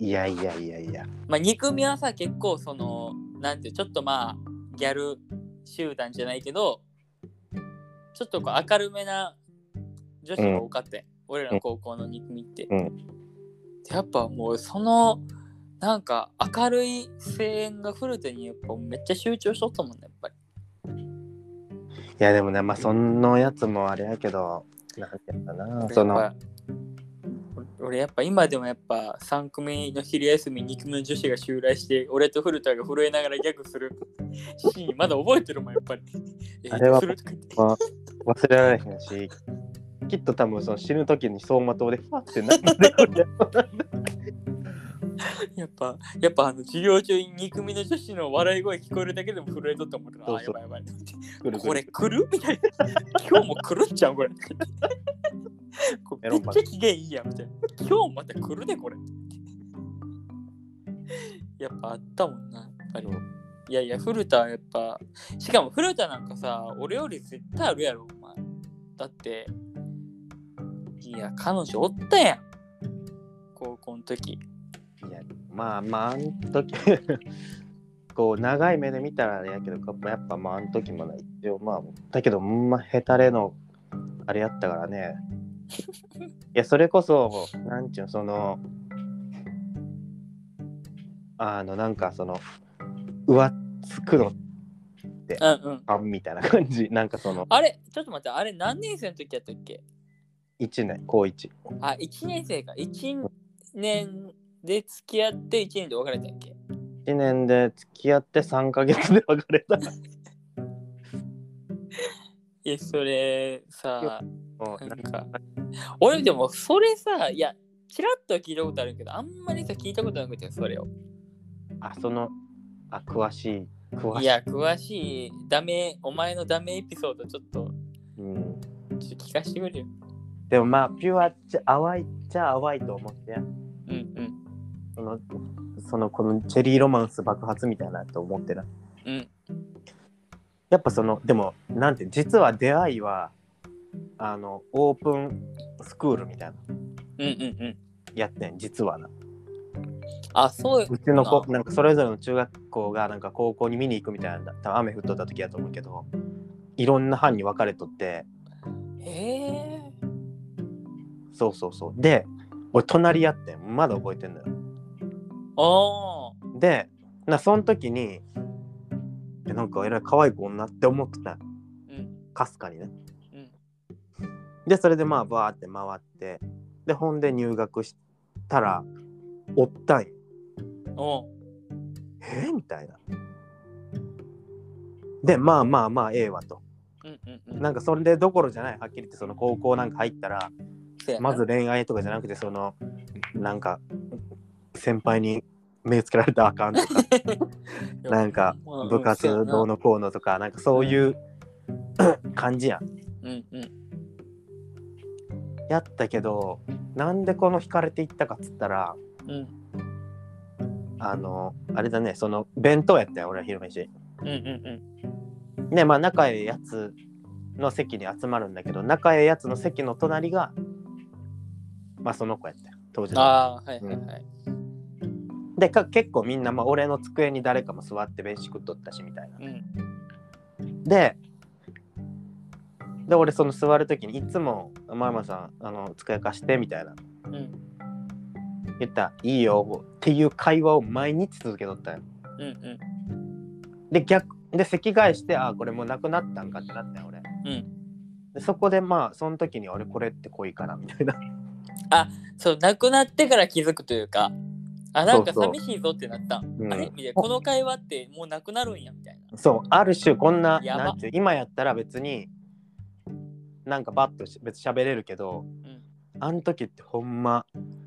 Speaker 2: いやいやいやいや。
Speaker 1: まあ、2組はさ結構そのなんていうちょっとまあギャル集団じゃないけどちょっとこう明るめな女子が多かったよ、俺らの高校の2組って、
Speaker 2: うん
Speaker 1: でやっぱもうそのなんか明るい声援がフルテにやっぱめっちゃ集中しとったもんねやっぱり
Speaker 2: いやでもね、まあそのやつもあれやけど、なんて言うんだな。その、
Speaker 1: やっぱ俺やっぱ今でもやっぱ3組の昼休み2組の女子が襲来して俺と古田が震えながらギャグするシーンまだ覚えてるもんやっぱり。え
Speaker 2: [LAUGHS] あれは
Speaker 1: するとか言って
Speaker 2: まあ、忘れられへんし、きっと多分その死ぬ時に走馬灯でファってなってくるやろな
Speaker 1: やっぱやっぱあの授業中に2組の女子の笑い声聞こえるだけでも震えとったもんな。
Speaker 2: そ
Speaker 1: あ
Speaker 2: う
Speaker 1: や
Speaker 2: そう
Speaker 1: ばいやばい。
Speaker 2: くるくる
Speaker 1: これ来るみたいな。今日も来るっちゃうこれ。これめっちゃ機嫌いいやんみたいな。今日また来るねこれ。やっぱあったもんな。やっぱり
Speaker 2: そう
Speaker 1: いやいや、古田はやっぱ、しかも古田なんかさ、俺より絶対あるやろ、お前。だっていや彼女おったやん高校の時
Speaker 2: いやまあまああん時 [LAUGHS] こう長い目で見たらあれやけどやっぱまああん時もない一応まあだけどほんまヘタレのあれやったからねいやそれこそなんちゅうのそのあのなんかその上っつくの
Speaker 1: うんうん
Speaker 2: あんみたいな感じなんかその
Speaker 1: あれちょっと待ってあれ何年生の時やったっけ
Speaker 2: 1年高1
Speaker 1: あ1年生か1年で付き合って1年で別れたっけ
Speaker 2: 1年で付き合って3ヶ月で別れた
Speaker 1: いやそれさ
Speaker 2: もう
Speaker 1: なんか俺でもそれさいやちらっとは聞いたことあるけどあんまりさ聞いたことなくてそれを
Speaker 2: あそのあ詳しい詳しい
Speaker 1: いや詳しいダメお前のダメエピソードちょっと
Speaker 2: うん、
Speaker 1: ちょっと聞かせてくれよ
Speaker 2: でもまあピュアっちゃ淡いっちゃ淡いと思って
Speaker 1: うんうん
Speaker 2: そのそのこのチェリーロマンス爆発みたいなと思ってな
Speaker 1: うん
Speaker 2: やっぱそのでもなんて実は出会いはあのオープンスクールみたいな
Speaker 1: うんうんうん
Speaker 2: やってん実はな
Speaker 1: あそう
Speaker 2: うちの子
Speaker 1: あ
Speaker 2: なんかそれぞれの中学校がなんか高校に見に行くみたいな多分雨降っとった時やと思うけどいろんな班に分かれとって
Speaker 1: へえ
Speaker 2: そうそうそうで俺隣やってんまだ覚えてんのよ
Speaker 1: あ
Speaker 2: でなその時にえなんかえらい可愛い子女って思ってた
Speaker 1: ーうん
Speaker 2: かすかにね
Speaker 1: うん
Speaker 2: でそれでまあバーって回ってでほんで入学したらおったんよ
Speaker 1: おう
Speaker 2: えみたいなでまあまあまあええわと
Speaker 1: うんうんうん
Speaker 2: なんかそれでどころじゃないはっきり言ってその高校なんか入ったら
Speaker 1: せやな
Speaker 2: まず恋愛とかじゃなくてそのなんか先輩に目つけられたらあかんとかなんか
Speaker 1: うん
Speaker 2: 部活
Speaker 1: うん
Speaker 2: どうのこうのとかなんかそういう [CLEARS THROAT] 感じやん
Speaker 1: うんうん
Speaker 2: やったけどなんでこの惹かれていったかっつったら
Speaker 1: うん
Speaker 2: あのあれだねその弁当やったよ俺は昼飯
Speaker 1: うんうんうん
Speaker 2: ねまあ仲ええやつの席に集まるんだけど仲ええやつの席の隣がまあその子やったよ当時の
Speaker 1: ああはいはいはい
Speaker 2: でか結構みんな、まあ、俺の机に誰かも座って飯食っとったしみたいな
Speaker 1: うん
Speaker 2: でで俺その座る時にいつも「ママさんあの机貸して」みたいな
Speaker 1: うん
Speaker 2: 言ったら「いいよ」っていう会話を毎日続けとったよ
Speaker 1: うんうん
Speaker 2: で逆で席替えしてあーこれもうなくなったんかってなったよ俺
Speaker 1: うん
Speaker 2: でそこでまあその時に俺これって恋かなみたいな
Speaker 1: そう亡くなってから気づくというかあなんか
Speaker 2: そうそう
Speaker 1: 寂しいぞってなった
Speaker 2: うん
Speaker 1: あれみたいなこの会話ってもうなくなるんやみたいな
Speaker 2: そうある種こんな
Speaker 1: やば
Speaker 2: なんていう今やったら別になんかバッとし別に喋れるけど
Speaker 1: うん
Speaker 2: あの時ってほんま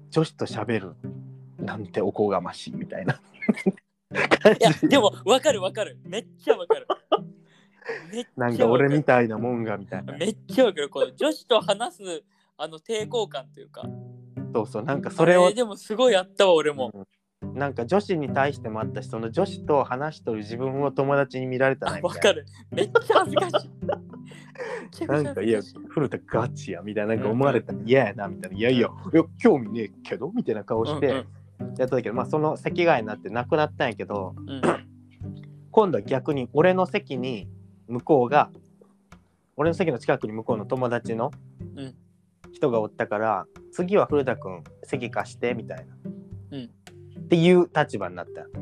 Speaker 2: 女子と喋るなんておこがましいみたいな感 [LAUGHS]
Speaker 1: いや
Speaker 2: じ
Speaker 1: でも分かる分かるめっちゃ分かるめっちゃ
Speaker 2: な
Speaker 1: わ
Speaker 2: ん
Speaker 1: る
Speaker 2: か俺みたいなもんがみたいな
Speaker 1: めっちゃ分かるこの女子と話すあの抵抗感というか
Speaker 2: そうそうなんかそれを
Speaker 1: あでもすごいやったわ俺も、
Speaker 2: うんなんか女子に対してもあったしその女子と話しとる自分を友達に見られた
Speaker 1: あ
Speaker 2: なみ
Speaker 1: 分
Speaker 2: た
Speaker 1: か
Speaker 2: いな
Speaker 1: るめっちゃ恥ずかしいめちゃくちゃ
Speaker 2: な
Speaker 1: 恥ず
Speaker 2: んかいや
Speaker 1: し
Speaker 2: 古田ガチやみたいななんか思われたら嫌やなみたいないやいやいや興味ねえけどみたいな顔して
Speaker 1: うん
Speaker 2: やったんだけどまあその席替えになってなくなったんやけど
Speaker 1: うん
Speaker 2: 今度は逆に俺の席に向こうが俺の席の近くに向こうの友達の
Speaker 1: うん
Speaker 2: 人がおったから次は古田君席貸してみたいな
Speaker 1: うん
Speaker 2: っていう立場になった
Speaker 1: うん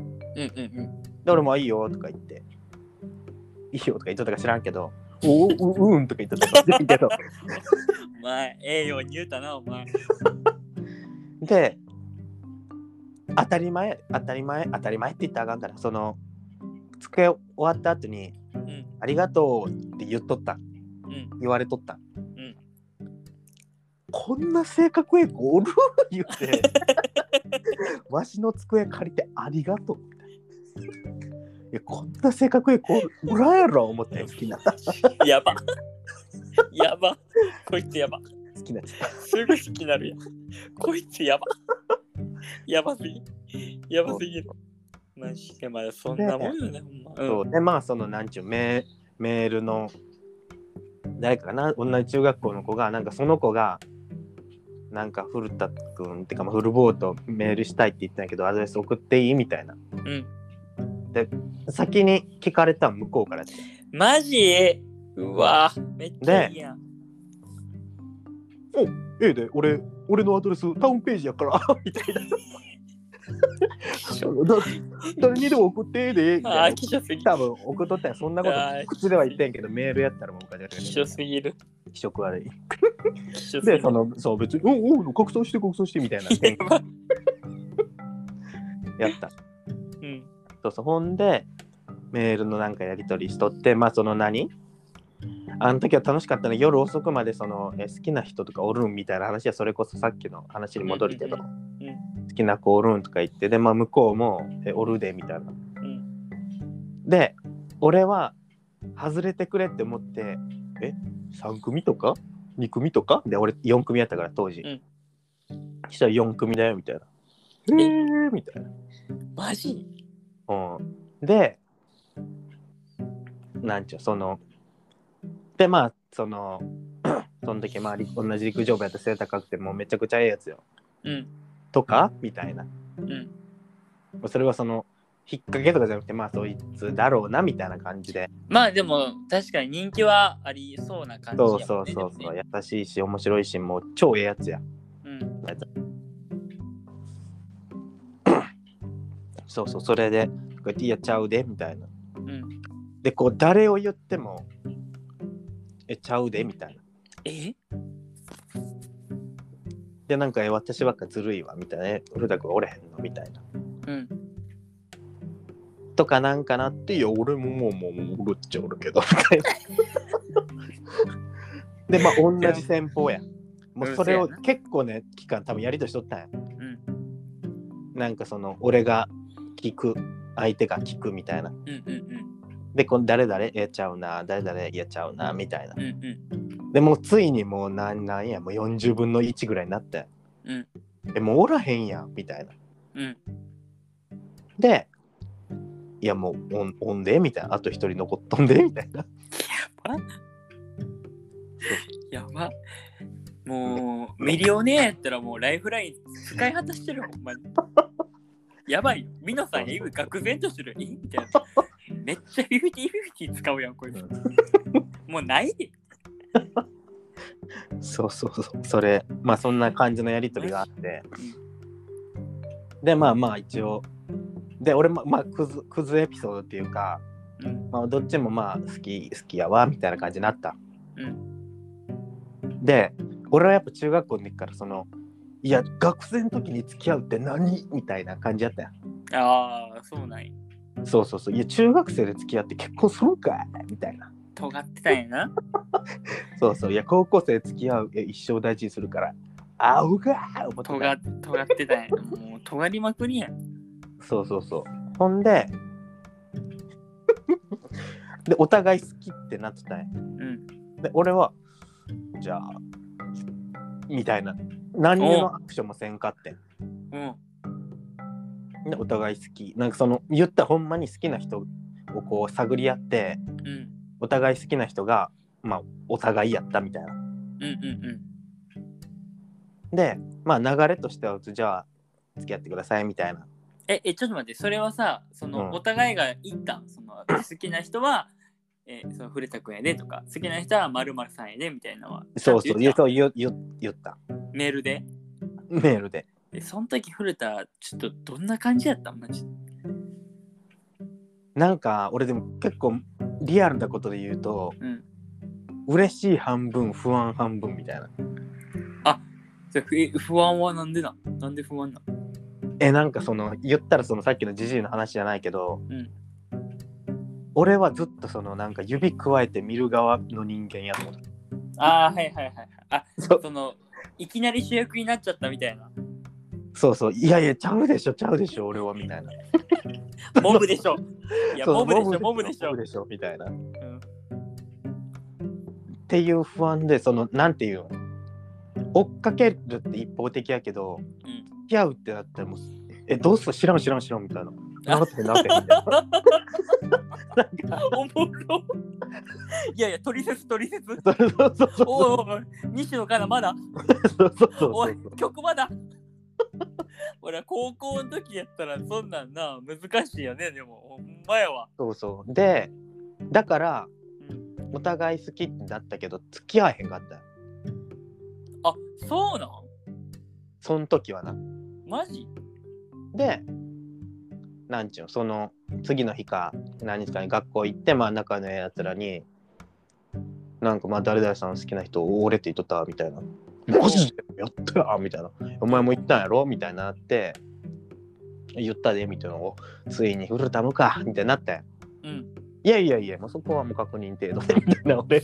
Speaker 1: うんうん
Speaker 2: で俺も「いいよ」とか言って「いいよ」とか言っとったか知らんけど「おう [LAUGHS] ううん」とか言っとったか知らんけど
Speaker 1: お前ええように言うたなお前
Speaker 2: で当たり前当たり前当たり前って言ったらあかんからその机終わった後に
Speaker 1: うん
Speaker 2: 「ありがとう」って言っとった
Speaker 1: うん
Speaker 2: 言われとった、
Speaker 1: ん
Speaker 2: こんな性格ええ子おる言う
Speaker 1: [LAUGHS]
Speaker 2: てわしの机借りて「ありがとう」いやこんな性格ええ子おるおらんやろ思って好きな
Speaker 1: やばやばこいつやば
Speaker 2: 好きな
Speaker 1: すぐ好きになるやん。こいつやば。やばすぎ。やばすぎる。マジでまだそんなもんよね、ほんま。
Speaker 2: そうでまあそのなんちゅうメメールの誰かな同じ中学校の子がなんかその子がなんか古田君ってかまあ古ボートメールしたいって言ってたんやけどアドレス送っていいみたいな
Speaker 1: うん。
Speaker 2: 先に聞かれたん向こうからやって
Speaker 1: マジうわめっちゃいいやん。
Speaker 2: ええで俺俺のアドレスタウンページやから [LAUGHS] みたいなだ誰にでも送ってええでみ
Speaker 1: あ
Speaker 2: た
Speaker 1: あ、
Speaker 2: いな
Speaker 1: 貴重すぎる。
Speaker 2: 多分送っとったんやそんなこ
Speaker 1: あー
Speaker 2: と口では言ってんやけどメールやったらもうおかしい
Speaker 1: 貴重すぎる。
Speaker 2: 気色悪い
Speaker 1: 貴重すぎ
Speaker 2: で
Speaker 1: る
Speaker 2: そ。のそう別に「うんうん拡散して拡散して」みたいな
Speaker 1: やば
Speaker 2: [LAUGHS] やった
Speaker 1: うん。
Speaker 2: そうそうほんでメールのなんかやり取りしとってまあその何あの時は楽しかったね夜遅くまでそのえ好きな人とかおるんみたいな話はそれこそさっきの話に戻るけど、
Speaker 1: うんうん
Speaker 2: 好きな子おるんとか言ってでまあ向こうもえおるでみたいな
Speaker 1: うん。
Speaker 2: で俺は外れてくれって思ってえ3組とか2組とかで俺4組やったから当時、
Speaker 1: うん
Speaker 2: そしたら4組だよみたいな
Speaker 1: え
Speaker 2: へえみたいな
Speaker 1: マジ
Speaker 2: うん、でなんちゅうそのでまあその [CLEARS THROAT] その時まあり同じ陸上部やった背高くてもうめちゃくちゃええやつよ
Speaker 1: うん。
Speaker 2: とかみたいな
Speaker 1: うん。
Speaker 2: それはその引っ掛けとかじゃなくてまあそいつだろうなみたいな感じで
Speaker 1: まあでも、確かに人気はありそうな感じや
Speaker 2: そ
Speaker 1: もん
Speaker 2: う
Speaker 1: ね。
Speaker 2: そうそう
Speaker 1: で
Speaker 2: そ
Speaker 1: も
Speaker 2: う
Speaker 1: ね
Speaker 2: 優しいし面白いしもう超ええやつや
Speaker 1: うん。
Speaker 2: そうそうそれでこうやって「いやちゃうで」みたいな
Speaker 1: うん。
Speaker 2: でこう誰を言っても「えちゃうで」みたいな
Speaker 1: え
Speaker 2: でなんかえ私ばっかずるいわみたいなえ古田君おれへんのみたいな
Speaker 1: うん。
Speaker 2: とかなんかなっていや俺ももうもうもうおるっちゃおるけどみたい
Speaker 1: [LAUGHS]
Speaker 2: なでまあ同じ戦法やもうそれ
Speaker 1: う
Speaker 2: を
Speaker 1: んそうや
Speaker 2: 結構ね期間多分やりとしとったんや
Speaker 1: うん。
Speaker 2: なんかその俺が聞く相手が聞くみたいな
Speaker 1: うん。うん。
Speaker 2: でこの誰々えちゃうな誰々えちゃうなみたいな
Speaker 1: うん。うん。うん。
Speaker 2: でもうついにもうなんなんやもう40分の1ぐらいになって、
Speaker 1: うん
Speaker 2: えもうおらへんやんみたいな
Speaker 1: うん。
Speaker 2: でいやもうおんおんでみたいなあと一人残っとんでみ [LAUGHS] たいな
Speaker 1: やば。もう、ミリオネアやったらもうライフライン使い果たしてるよ、ほんまに。やばいよ。ミノさん、えぐ、愕然としてる。えみたい [LAUGHS] な。めっちゃフィフティフィフティ使うやん、こいつ。もうないで。
Speaker 2: そうそうそうそれまあそんな感じのやり取りがあってでまあまあ一応で俺もまあクズクズエピソードっていうか、
Speaker 1: うん。
Speaker 2: まあ、どっちもまあ好き好きやわみたいな感じになった
Speaker 1: うん。
Speaker 2: で俺はやっぱ中学校の時からそのいや学生の時に付き合うって何みたいな感じやったやん
Speaker 1: ああ、そうなんや。
Speaker 2: そうそうそういや中学生で付き合って結婚するんかいみたいな
Speaker 1: 尖ってたんやな。
Speaker 2: そうそういや高校生で付き合ういや一生大事にするからあうがー思ってた
Speaker 1: 尖尖ってたんや。もう、尖りまくりやん。
Speaker 2: そうそうそうほんで [LAUGHS] でお互い好きってなってたんや
Speaker 1: うん。
Speaker 2: で俺はじゃあみたいな何にもアクションもせんかってん
Speaker 1: うん。
Speaker 2: でお互い好きなんかその言ったらほんまに好きな人をこう探り合って
Speaker 1: うん。
Speaker 2: お互い好きな人がまあお互いやったみたいな
Speaker 1: うんうん
Speaker 2: でまあ流れとしてはじゃあ付き合ってくださいみたいな
Speaker 1: え、え、ちょっと待って、それはさ、その、
Speaker 2: うん
Speaker 1: お互いが言ったんその、好きな人は、え、その、古田君やでとか、好きな人は〇〇さんやでみたいなのは、
Speaker 2: そうそう
Speaker 1: ち
Speaker 2: 言
Speaker 1: ゃんと言
Speaker 2: う
Speaker 1: った
Speaker 2: そう言う言う言った
Speaker 1: メールで。
Speaker 2: メールで
Speaker 1: え、その時古田、ちょっとどんな感じやったんマジで
Speaker 2: なんか俺でも結構リアルなことで言うと
Speaker 1: うん。
Speaker 2: 嬉しい半分不安半分みたいな
Speaker 1: それふえ不安はなんでなんなんで不安なん
Speaker 2: えなんかその言ったらそのさっきのじじいの話じゃないけど、
Speaker 1: うん
Speaker 2: 俺はずっとそのなんか指くわえて見る側の人間やと思って
Speaker 1: ああ、はいはいはいはい。あ、
Speaker 2: そう
Speaker 1: その、いきなり主役になっちゃったみたいな。
Speaker 2: そうそういやいやちゃうでしょちゃうでしょ俺はみたいな
Speaker 1: モブでしょ。いや、
Speaker 2: そう
Speaker 1: モブでしょ、モブでし
Speaker 2: モ
Speaker 1: ょ
Speaker 2: ブ。でしょみたいな、っていう不安でそのなんていうの追っかけるって一方的やけど、
Speaker 1: うん
Speaker 2: 付き合うってなったらもうえどうする知らん知らん知らんみたいな
Speaker 1: あ
Speaker 2: なってへんなってへんみたいななんか
Speaker 1: おもろ。 [LAUGHS] いやいや、取説取説。
Speaker 2: そうそうそうそう
Speaker 1: おいおい、西野カナまだ。
Speaker 2: そうそうそう
Speaker 1: お
Speaker 2: そ、
Speaker 1: いう曲まだ。 [LAUGHS] 俺は高校の時やったらそんなんな難しいよねでもほんまやわ
Speaker 2: そうそうでだから
Speaker 1: うん
Speaker 2: お互い好きってなったけど付き合えへんかったよ
Speaker 1: あそうなん
Speaker 2: その時はな
Speaker 1: マジ
Speaker 2: でなんちゅうのその次の日か何日かに学校行ってまあ仲のええやつらになんかまあ誰々さん好きな人俺って言っとったみたいな「マジでやったよ」みたいな「お前も行ったんやろ?」みたいになって「言ったで」みたいなのを「ついにフルタムか」みたいになって
Speaker 1: うん
Speaker 2: 「いやいやいやもうそこはもう確認程度で」みたいな俺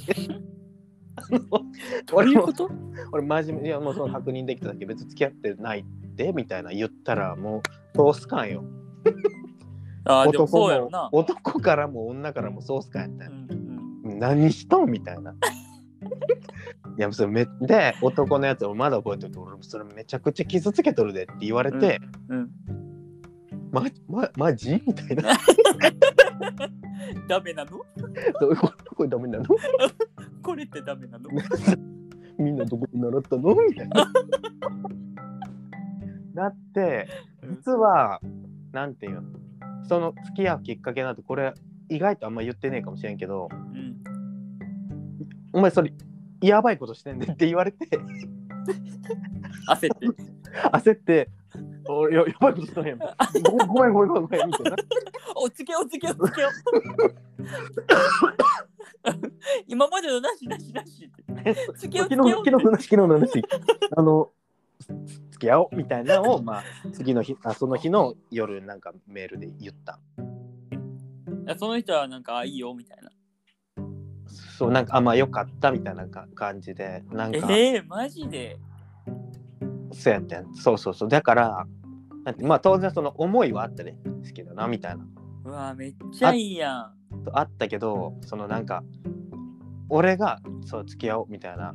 Speaker 1: どういうこと
Speaker 2: 俺真面目いやもうその確認できただけ別に付き合ってないでみたいな言ったらもう通すかんよ
Speaker 1: あーでも
Speaker 2: 男
Speaker 1: そうや
Speaker 2: も
Speaker 1: ろな
Speaker 2: 男からも女からもソースかやった
Speaker 1: うん
Speaker 2: よ、
Speaker 1: ん
Speaker 2: 何しとんみた
Speaker 1: [LAUGHS]
Speaker 2: いないやそれめで男のやつをまだ覚えてるけど俺もそれめちゃくちゃ傷つけとるでって言われて、
Speaker 1: うん
Speaker 2: ままマジみたいな [LAUGHS]
Speaker 1: うんダメなの
Speaker 2: どういうことこれダメなの
Speaker 1: これってダメなの
Speaker 2: みんなどこで習ったのみた
Speaker 1: [LAUGHS]
Speaker 2: いなだって実はなんていうのその付き合うきっかけなんてこれ意外とあんま言ってねえかもしれんけど
Speaker 1: うん
Speaker 2: お前それやばいことしてんねって言われて [LAUGHS]
Speaker 1: 焦って
Speaker 2: 焦って、おややばいことしたんやん。ごごめんごめんごめんごめんみたいな。
Speaker 1: おつけようつけようつけよう
Speaker 2: [LAUGHS]
Speaker 1: 今までのなしなしなしってつけようつ
Speaker 2: 昨
Speaker 1: け
Speaker 2: 日
Speaker 1: よう
Speaker 2: の昨日の話、昨日の話、あの、付き合おうみたいなのを、まあ、次の日、あその日の夜、なんかメールで言った。
Speaker 1: いやその人はなんかあいいよみたいな
Speaker 2: そう、なんか、あ、まあ、よかったみたいなか感じで、なんか、
Speaker 1: えー、マジで
Speaker 2: そうやってん。そうそうそう。だから、なんてまあ、当然、その思いはあったね。好きだな、みたいな。
Speaker 1: うわめっちゃいいやん
Speaker 2: あったけど、そのなんか、俺が、そう、付き合おうみたいな。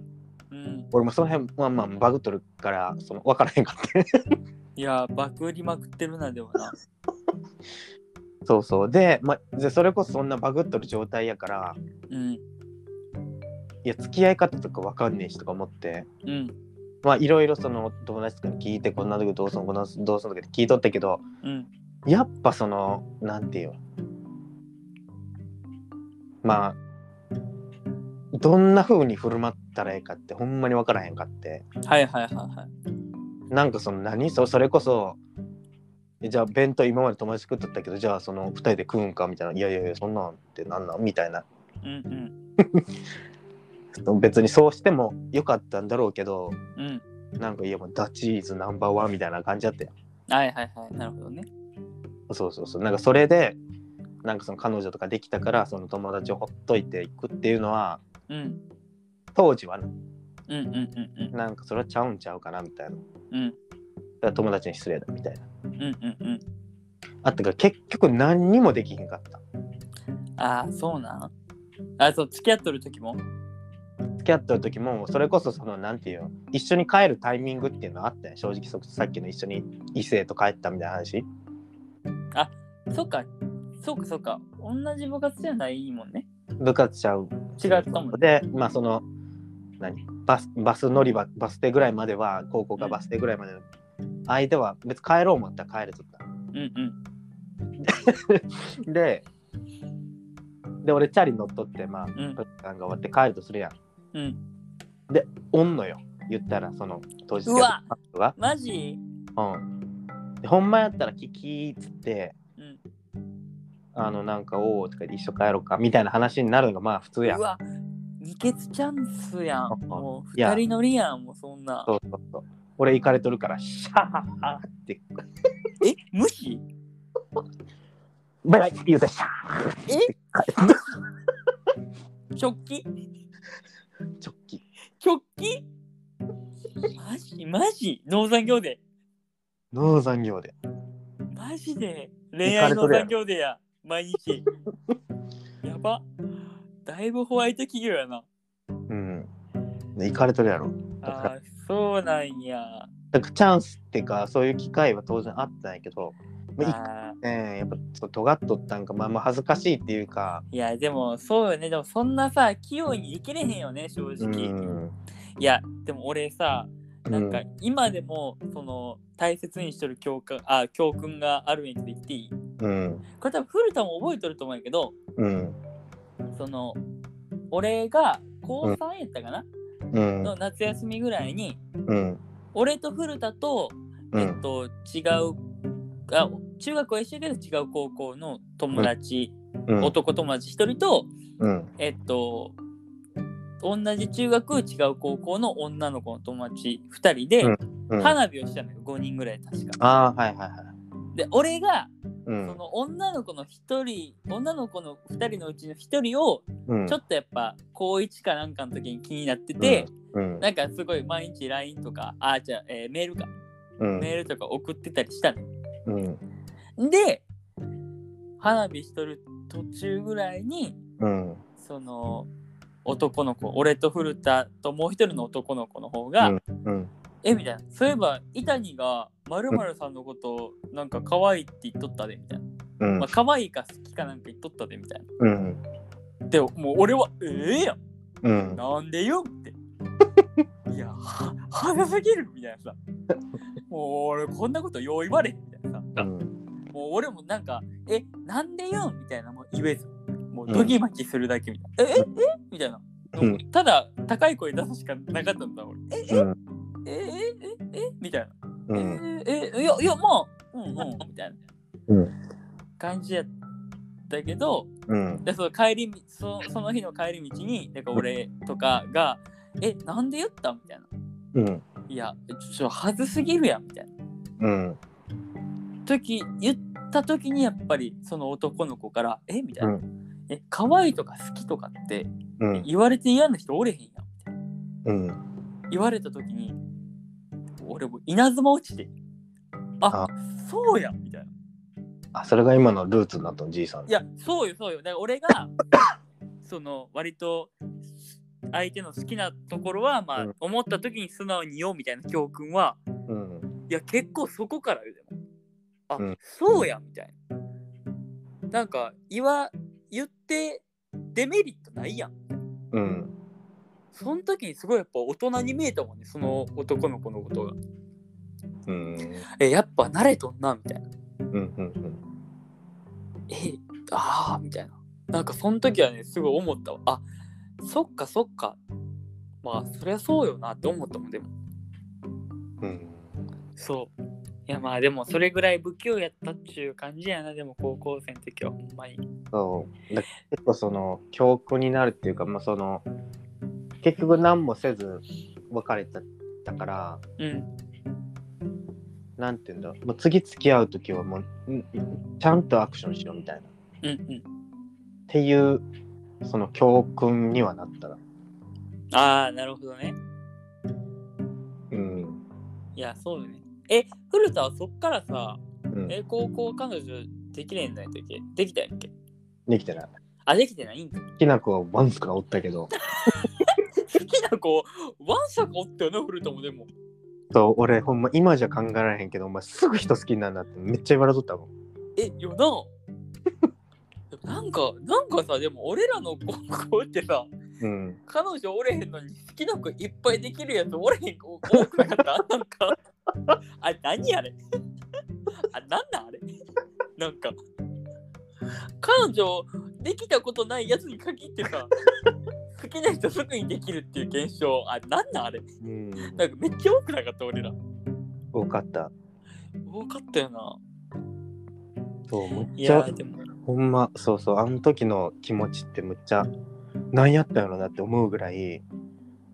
Speaker 1: うん
Speaker 2: 俺もその辺、まあまあ、バグっとるから、その、分からへんかった。 [LAUGHS]
Speaker 1: いやバクりまくってるなでもな
Speaker 2: そうそうで,、ま、でそれこそそんなバグっとる状態やから
Speaker 1: [LAUGHS] うん
Speaker 2: いや付き合い方とかわかんねえしとか思って
Speaker 1: うん
Speaker 2: まあいろいろその友達とかに聞いてこんな時どうすんのこんな時どうすんのとかって聞いとったけど
Speaker 1: うん
Speaker 2: やっぱそのなんていうのまあどんな風に振る舞ったらええかってほんまにわからへんかって
Speaker 1: はいはいはいはい
Speaker 2: なんかその何そそれこそえじゃあ弁当今まで友達食っとったけどじゃあその2人で食うんかみたいないやいやいやそんなんってなんなんみたいな
Speaker 1: うん
Speaker 2: 別にそうしてもよかったんだろうけど
Speaker 1: うんうん
Speaker 2: なんかいやもうダチーズナンバーワンみたいな感じだったよ
Speaker 1: はいはいはいなるほどね
Speaker 2: そうそうそうなんかそれでなんかその彼女とかできたからその友達をほっといていくっていうのは
Speaker 1: うん
Speaker 2: 当時はな
Speaker 1: うんうんうん
Speaker 2: なんかそれはちゃうんちゃうかなみたいなだか
Speaker 1: うんうん
Speaker 2: ら友達に失礼だみたいな
Speaker 1: うんうん
Speaker 2: あったから結局何にもできへんかった
Speaker 1: うんああそうなんあそう付き合っとる時も
Speaker 2: 付き合ってる時もそれこそそのなんていうの一緒に帰るタイミングっていうのはあったよ正直そさっきの一緒に異性と帰ったみたいな話
Speaker 1: そっかそっかそっか同じ部活じゃないもんね
Speaker 2: 部活ちゃう
Speaker 1: 違ったもんね
Speaker 2: で、まあ、その何バスバス乗り場バス停ぐらいまでは高校かバス停ぐらいまでの間は別に帰ろう思ったら帰れとった
Speaker 1: うんうん
Speaker 2: でで俺チャリ乗っとってまあ
Speaker 1: うん
Speaker 2: 時間が終わって帰るとするやん
Speaker 1: うん
Speaker 2: おんのよ言ったらその当時
Speaker 1: うわ
Speaker 2: が
Speaker 1: マジ
Speaker 2: うんでほんまやったらキキーっつって
Speaker 1: うん
Speaker 2: あのなんかおおとか言って一緒帰ろうかみたいな話になるのがまあ普通やん
Speaker 1: うわ二欠チャンスやん
Speaker 2: うん
Speaker 1: もう
Speaker 2: いや
Speaker 1: 二人乗りやんもうそんな
Speaker 2: そうそうそう俺行かれとるからシャーって
Speaker 1: え無視
Speaker 2: バイバイ言うてシャー
Speaker 1: 直帰
Speaker 2: チョッキ
Speaker 1: 直帰マジマジ農産業で
Speaker 2: 農産業で
Speaker 1: マジで恋愛農産業でや毎日やばだいぶホワイト企業やな
Speaker 2: うん。行かれとるやろ。だか
Speaker 1: あ
Speaker 2: ら
Speaker 1: ーそうなんや
Speaker 2: だからチャンスっていうか、そういう機会は当然あったんやけど、でい
Speaker 1: あー
Speaker 2: ねえやっぱちょっと尖っとったんか、まあまあ恥ずかしいっていうか、
Speaker 1: いやでもそうよねでもそんなさ器用に生きれへんよね正
Speaker 2: う
Speaker 1: 直、
Speaker 2: ん。
Speaker 1: いやでも俺さなん
Speaker 2: う
Speaker 1: か今でもその大切にしとる教訓あ教訓があるんやけど言っていい
Speaker 2: うん。
Speaker 1: これ多分古田も覚えとると思うんやけど
Speaker 2: うん。
Speaker 1: その俺が高3やったかな、
Speaker 2: うん。
Speaker 1: の夏休みぐらいに
Speaker 2: うん。
Speaker 1: 俺と古田と、
Speaker 2: う
Speaker 1: え
Speaker 2: ん
Speaker 1: っ。と違うあ中学は一緒やけど違う高校の友達、
Speaker 2: うん。
Speaker 1: 男友達一人と
Speaker 2: うん。
Speaker 1: えっと同じ中学違う高校の女の子の友達2人で、
Speaker 2: うん。
Speaker 1: 花火をしたのよ5人ぐらい確か。
Speaker 2: ああ、はいはいはい。
Speaker 1: で俺が
Speaker 2: う
Speaker 1: そ
Speaker 2: ん。
Speaker 1: の女の子の1人女の子の2人のうちの1人を
Speaker 2: うん
Speaker 1: ちょっとやっぱ高1かなんかの時に気になってて、
Speaker 2: うん。
Speaker 1: なんかすごい毎日 LINE とかあじゃあ、えーメールか
Speaker 2: うん。
Speaker 1: メールとか送ってたりした
Speaker 2: うん。
Speaker 1: の。で花火しとる途中ぐらいに
Speaker 2: うん。
Speaker 1: その男の子俺と古田ともう一人の男の子の方が「
Speaker 2: うん。
Speaker 1: えみたいなそういえば伊谷がまるさんのことなんか可愛いって言っとったでみたいな、
Speaker 2: うん
Speaker 1: まあ、。可愛いか好きかなんか言っとったでみたい
Speaker 2: うん。
Speaker 1: なでもう俺は「ええやん
Speaker 2: うん。
Speaker 1: なんでよ」
Speaker 2: [LAUGHS]
Speaker 1: っていやは腹すぎるみたいなさもう俺こんなことよう言われへんみたいなさ
Speaker 2: うん。
Speaker 1: もう俺もなんか「えなんでよ」みたいなもう言えずもうドギマキするだけみたいな「えええみたいな
Speaker 2: うん
Speaker 1: ただ高い声出すしかなかったんだ俺「ええ
Speaker 2: うん。
Speaker 1: えええええみたいな
Speaker 2: う
Speaker 1: え
Speaker 2: ん。
Speaker 1: ーえーいやいやまあうんうんみたいな、
Speaker 2: うん
Speaker 1: 感じやったけど
Speaker 2: うん。
Speaker 1: でその帰りみそその日の帰り道になんか俺とかが「えなんで言った?」みたいな
Speaker 2: うん。
Speaker 1: 「いやちょっとはずすぎるやん」みたいな
Speaker 2: うん。
Speaker 1: 時言った時にやっぱりその男の子から「えみたいな「
Speaker 2: う
Speaker 1: え可愛いとか好きとかって
Speaker 2: うん。
Speaker 1: 言われて嫌な人おれへんやん」みたいな
Speaker 2: うん。
Speaker 1: 言われた時に俺も稲妻落ちて「あ
Speaker 2: あ
Speaker 1: そうやん」みたいな。
Speaker 2: あ、それが今のルーツになったの、じいさん
Speaker 1: い。や、そうよ、そうよ。だから俺
Speaker 2: [COUGHS]
Speaker 1: が、その、割と、相手の好きなところは、まあ、
Speaker 2: うん
Speaker 1: 思った時に素直に言おうみたいな教訓は、
Speaker 2: うん。
Speaker 1: いや、結構そこからよ、でも。あ、
Speaker 2: うん
Speaker 1: そうや、みたいな。なんか、言わ、言って、デメリットないやん。
Speaker 2: うん。
Speaker 1: その時にすごいやっぱ大人に見えたもんね、その男の子のことが。
Speaker 2: うん。
Speaker 1: え、やっぱ慣れとんな、みたいな。
Speaker 2: うん。うん。
Speaker 1: えああみたいななんかその時はねすごい思ったわあそっかそっかまあそりゃそうよなって思ったもんでも
Speaker 2: うん。
Speaker 1: そういやまあでもそれぐらい不器用やったっちゅう感じやなでも高校生の時はほんまに
Speaker 2: そう。だ結構その教訓になるっていうか、まあその結局何もせず別れちゃったから、
Speaker 1: うん
Speaker 2: なんていうんだろう、もう次付き合う時はもううんちゃんとアクションしろみたいな。っ
Speaker 1: うんうん
Speaker 2: ていうその教訓にはなったら。
Speaker 1: ああなるほどね
Speaker 2: うん。
Speaker 1: いやそうよねえ古田はそっからさ
Speaker 2: うん、
Speaker 1: え高校彼女できれんない時できたやんけ
Speaker 2: できてない。
Speaker 1: あできてないんか
Speaker 2: 好きな子はワンスからおったけど、 [LAUGHS]
Speaker 1: 好きな子ワンサコおったよな古田もでも
Speaker 2: そう俺ほんま今じゃ考えられへんけど、お前すぐ人好きになるなってめっちゃ言われとったもん。
Speaker 1: えよな [LAUGHS] でもなんかなんかさでも俺らの高校ってさ
Speaker 2: うん。
Speaker 1: 彼女おれへんのに好きな子いっぱいできるやつおれへん子多くなかったなんか [LAUGHS] あ何あれ [LAUGHS] あなんなんあれなんか彼女できたことないやつに限ってさ好きな人すぐにできるっていう現象あなんなんあれ
Speaker 2: うん、
Speaker 1: なんかめっちゃ多くなかった俺ら
Speaker 2: 多かった。
Speaker 1: 多かったよな
Speaker 2: そう、めっ
Speaker 1: い
Speaker 2: ちゃ
Speaker 1: やでも
Speaker 2: ほんま、そうそう、あの時の気持ちってむっちゃ、なんやったんやろなって思うぐらい、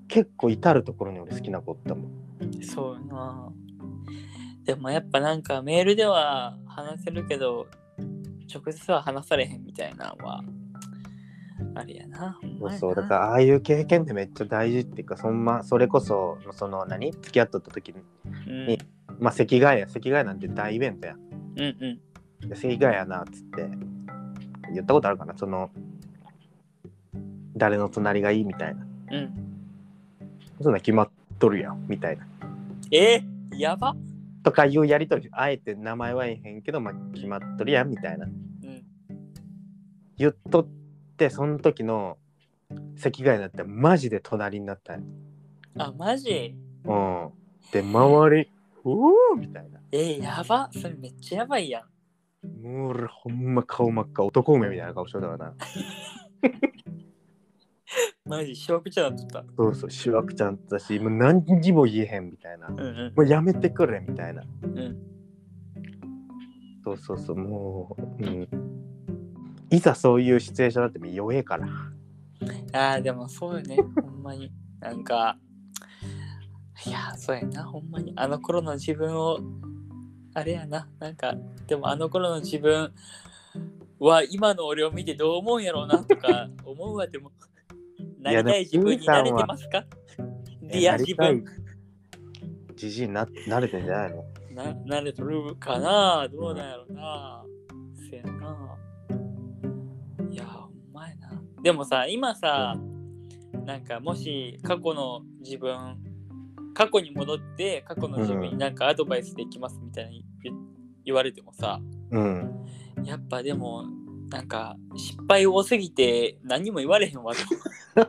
Speaker 2: 結構至るところに俺好きな子おったもん。
Speaker 1: そうやなでもやっぱなんかメールでは話せるけど直接は話されへんみたいなのはあれやな
Speaker 2: そうそう、だかららああいう経験ってめっちゃ大事っていうか、そんま、それこそ、その何、付き合っとった時に、
Speaker 1: うん
Speaker 2: ねまあ、席替えや、席替えなんて大イベントや。
Speaker 1: うんうん
Speaker 2: で席替えやな、っつって、言ったことあるかな、その、誰の隣がいいみたいな。
Speaker 1: うん
Speaker 2: そんなん決まっとるやん、みたいな。
Speaker 1: えーやば
Speaker 2: とかいうやりとり、あえて名前は言えへんけど、まあ、決まっとるやんみたいな。
Speaker 1: うん。
Speaker 2: 言っとって、その時の席外だったら、マジで隣になったんや
Speaker 1: あ、マジ
Speaker 2: うん。で、周り、おーみたいな。
Speaker 1: えー、やば。それめっちゃやばいやん。
Speaker 2: もう俺、ほんま顔真っ赤、男梅みたいな顔しとったからな。
Speaker 1: マジ、小口だった。
Speaker 2: そうそう、しわくちゃんだし、もう何時も言えへんみたいな。も
Speaker 1: うんうん。
Speaker 2: うやめてくれみたいな。
Speaker 1: うん
Speaker 2: そうそうそう、もう、うん。いざそういうシチュエーションになっても弱えから。
Speaker 1: ああ、でもそうよね、ほんまに。なんか、いやー、そうやな、ほんまに。あの頃の自分を、あれやな、なんか、でもあの頃の自分は今の俺を見てどう思うんやろうなと
Speaker 2: [LAUGHS]
Speaker 1: か思うわ、でも。ない
Speaker 2: や
Speaker 1: りたい自分になれ
Speaker 2: でも
Speaker 1: てますかディア自分
Speaker 2: じじいな、慣れてんじゃないの
Speaker 1: な、なれとるかなどうなんやろうなせやな。いやー、ほんまやな。でもさ、今さ、なんかもし過去の自分、過去に戻って過去の自分になんかアドバイスできますみたいに言言われてもさ、
Speaker 2: うん。
Speaker 1: やっぱでも、なんか失敗多すぎて何も言われへんわ。と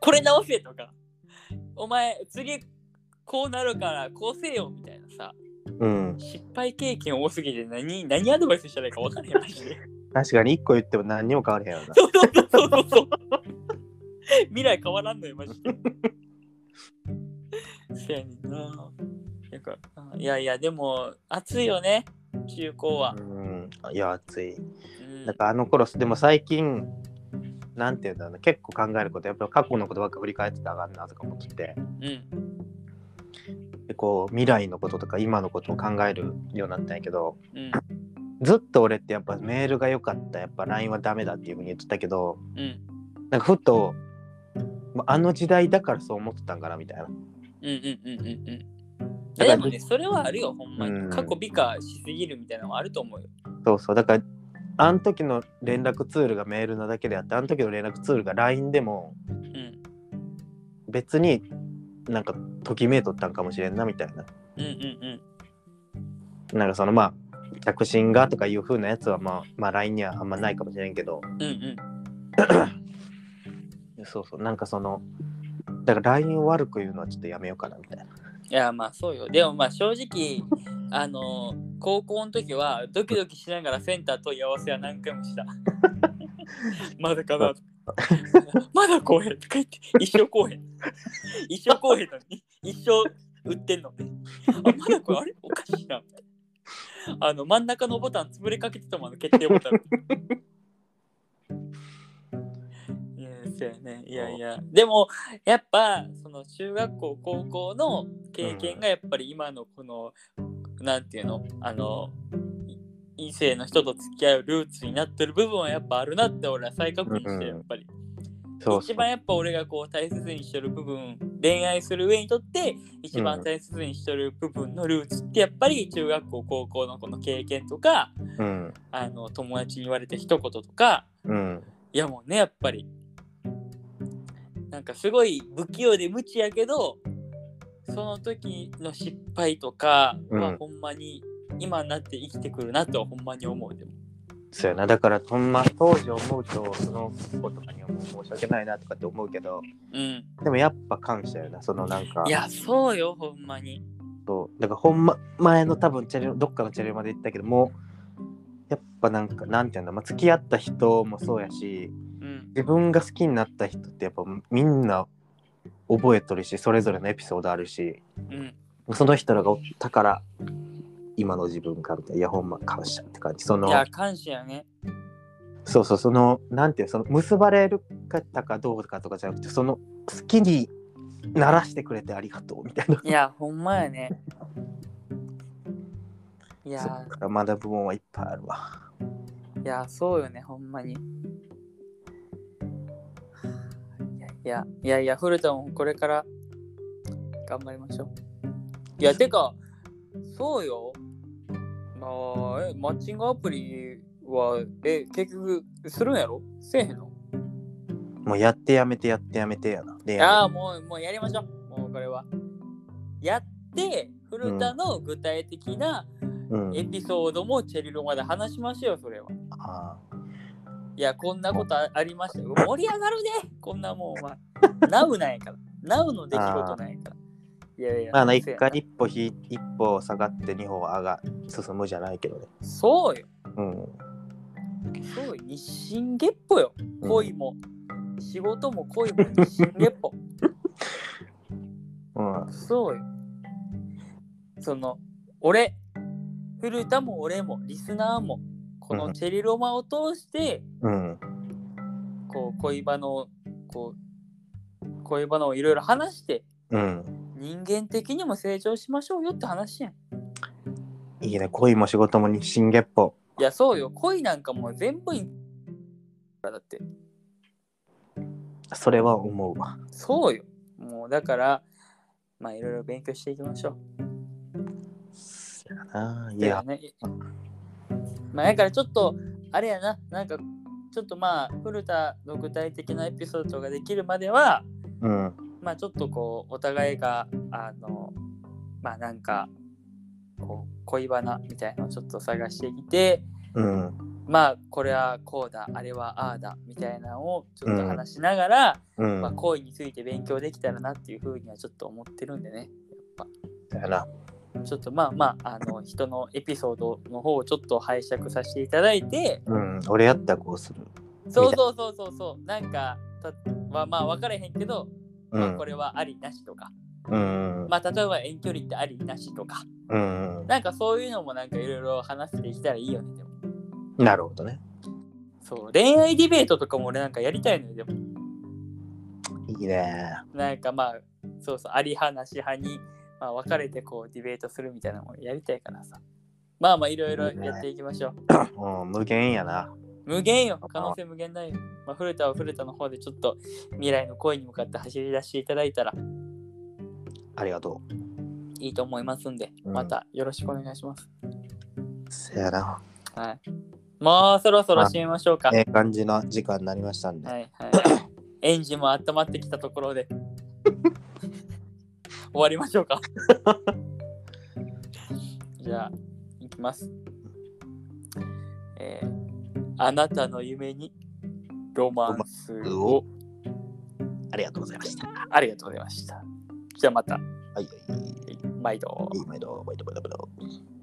Speaker 1: これ直せとか、お前次こうなるからこうせよみたいなさ。
Speaker 2: うん。
Speaker 1: 失敗経験多すぎて何何アドバイスしたらいいか分からへんマジで
Speaker 2: 確かに一個言っても何にも変われへんよな。
Speaker 1: そうそうそうそうそう [LAUGHS] 未来変わらんのよマジで [LAUGHS] せやねんななんかいやいやでも暑いよね中高は、
Speaker 2: うん。いや、暑い。
Speaker 1: うん
Speaker 2: なんかあの頃、でも最近、なんていうんだろうな、結構考えること、やっぱ過去のことばっか振り返ってたらあかんなとかも来て、
Speaker 1: うん
Speaker 2: でこう、未来のこととか今のことを考えるようになったんやけど、
Speaker 1: うん
Speaker 2: ずっと俺ってやっぱメールが良かった、やっぱ LINE はダメだっていうふうに言ってたけど、
Speaker 1: うん
Speaker 2: なんかふと、まああの時代だからそう思ってたんかなみたいな。
Speaker 1: うんうんうんうんうん
Speaker 2: だから
Speaker 1: でもねそれはあるよほんまに、
Speaker 2: うん
Speaker 1: 過去美化しすぎるみたいなのはあると思うよ
Speaker 2: そうそう、だから、あの時の連絡ツールがメールなだけであって、あの時の連絡ツールが LINE でも、
Speaker 1: うん
Speaker 2: 別になんかときめいとったんかもしれんなみたいな。
Speaker 1: うんうんうん
Speaker 2: なんかそのまあ着信がとかいう風なやつはまあ、まあ、LINE にはあんまないかもしれんけど
Speaker 1: うんうん
Speaker 2: そうそうなんかそのだから LINE を悪く言うのはちょっとやめようかなみたいな。
Speaker 1: いやまあそうよでもまあ正直あの高校の時はドキドキしながらセンター問い合わせは何回もした [LAUGHS] まだかな [LAUGHS] まだ来おへんとか言って一生来おへん一生来おへんのに一生売ってんのねあまだこれあれおかしいなあの真ん中のボタン潰れかけてたもんあの決定ボタンいやそうやねいやいやでもやっぱその中学校高校の経験がやっぱり今のこの、なんていうのあのい異性の人と付き合うルーツになってる部分はやっぱあるなって俺は再確認し
Speaker 2: うん
Speaker 1: てやっぱり、
Speaker 2: そうそ
Speaker 1: 一
Speaker 2: う
Speaker 1: 番やっぱ俺がこう大切にしてる部分恋愛する上にとって一番大切にしてる部分のルーツってやっぱり中学校高校のこの経験とか
Speaker 2: うん
Speaker 1: あの友達に言われた一言とか
Speaker 2: うん
Speaker 1: いやもうねやっぱりなんかすごい不器用で無知やけどその時の失敗とか
Speaker 2: う
Speaker 1: は
Speaker 2: ん
Speaker 1: ほんまに今になって生きてくるなとはほんまに思うでも
Speaker 2: そうやなだからほんま当時思うとその子とかにはもう申し訳ないなとかって思うけど
Speaker 1: うん
Speaker 2: でもやっぱ感謝よなそのなんか
Speaker 1: いやそうよほんまに
Speaker 2: そうだからほんま前の多分チャリどっかのチャリまで行ったけどもうやっぱなんかなんていうんだ、まあ、付き合った人もそうやし
Speaker 1: うん
Speaker 2: 自分が好きになった人ってやっぱみんな覚えとるしそれぞれのエピソードあるし
Speaker 1: うん
Speaker 2: その人らがおったから今の自分かみたいないやほんま感謝って感じその
Speaker 1: いや感謝やね
Speaker 2: そうそうそのなんていうその結ばれるかったかどうかとかじゃなくてその好きにならしてくれてありがとうみたいない
Speaker 1: やほんまやねいや
Speaker 2: そっから学ぶもんはいっぱいあるわ
Speaker 1: いやそうよねほんまにいやいやいやいや古田もこれから頑張りましょういやてかそうよまあえマッチングアプリはえ結局するんやろせえへんの
Speaker 2: もうやってやめてやってやめてやなで
Speaker 1: いやもうもうやりましょうもうこれはやって古古田の具体的な
Speaker 2: うん。
Speaker 1: エピソードもチェリロまで話しましょう、それは。
Speaker 2: あ
Speaker 1: いや、こんなことあありましたよ。盛り上がるね、こんなもんは。ナウなんやから。ナウの出来事なんやから。いやいや、
Speaker 2: ーまあな、
Speaker 1: そう
Speaker 2: 一
Speaker 1: やな
Speaker 2: 回一歩ひ一歩下がって二歩上が進むじゃないけどね。
Speaker 1: そうよ。
Speaker 2: うん。
Speaker 1: そうよ。日進月歩よ。恋も、仕事も恋も日進月歩。
Speaker 2: うん。
Speaker 1: そうよ。その、俺、古田も俺も、リスナーも、こ
Speaker 2: う
Speaker 1: の
Speaker 2: ん
Speaker 1: チェリロマを通して、
Speaker 2: うん。
Speaker 1: こう、恋バナを、こう、恋バナをいろいろ話して、
Speaker 2: うん。
Speaker 1: 人間的にも成長しましょうよって話やん。
Speaker 2: いいね。恋も仕事も日進月歩。
Speaker 1: いや、そうよ。恋なんかもう全部いだって。
Speaker 2: それは思うわ。
Speaker 1: そうよ。もうだから、まあいろいろ勉強していきましょ
Speaker 2: そやな。
Speaker 1: う。
Speaker 2: いや。
Speaker 1: だよね。まあだからちょっと、あれやな、なんか、ちょっとまあ、古田の具体的なエピソードができるまでは、
Speaker 2: うん。
Speaker 1: まあちょっとこう、お互いが、あの、まあなんか、こう、恋バナみたいなのをちょっと探してきて、
Speaker 2: うん。
Speaker 1: まあこれはこうだ、あれはああだみたいなのをちょっと話しながら、
Speaker 2: う
Speaker 1: まあ、
Speaker 2: ん。
Speaker 1: 恋について勉強できたらなっていうふうにはちょっと思ってるんでね
Speaker 2: そやな。
Speaker 1: ちょっとまあまああの人のエピソードの方をちょっと拝借させていただいて
Speaker 2: うん。俺やったらこうする。
Speaker 1: そうそうそうそうそうなんかたはまあ分からへんけど、
Speaker 2: う
Speaker 1: まあ、
Speaker 2: ん
Speaker 1: こ。れはありなしとか、
Speaker 2: うん。
Speaker 1: まあ例えば遠距離ってありなしとか
Speaker 2: うん。
Speaker 1: なんかそういうのもなんかいろいろ話してきたらいいよねでも
Speaker 2: なるほどね。
Speaker 1: そう恋愛ディベートとかも俺なんかやりたいのよでも
Speaker 2: いいね。
Speaker 1: なんかまあそうそうあり派なし派に、まあ、分かれてこうディベートするみたいなのもやりたいからさまあまあいろいろやっていきましょう、
Speaker 2: うん。無限やな。
Speaker 1: 無限よ可能性無限ないよ、まあ、古田は古田の方でちょっと未来の恋に向かって走り出していただいたら
Speaker 2: ありがと
Speaker 1: いいと思いますんで
Speaker 2: うん
Speaker 1: またよろしくお願いします、
Speaker 2: う。せやな。
Speaker 1: はいもうそろそろ締めましょうか、
Speaker 2: ええ感じの時間になりましたんで。
Speaker 1: はい [COUGHS] はい。エンジンも温まってきたところ [LAUGHS] で終わりましょうか。じゃあ、いきます。えーあなたの夢にロマンスを。
Speaker 2: ありがとうございました。は
Speaker 1: ありがとうございました。じゃあまた、
Speaker 2: いはい。
Speaker 1: 毎度。
Speaker 2: いい毎度、毎度、毎度、毎度。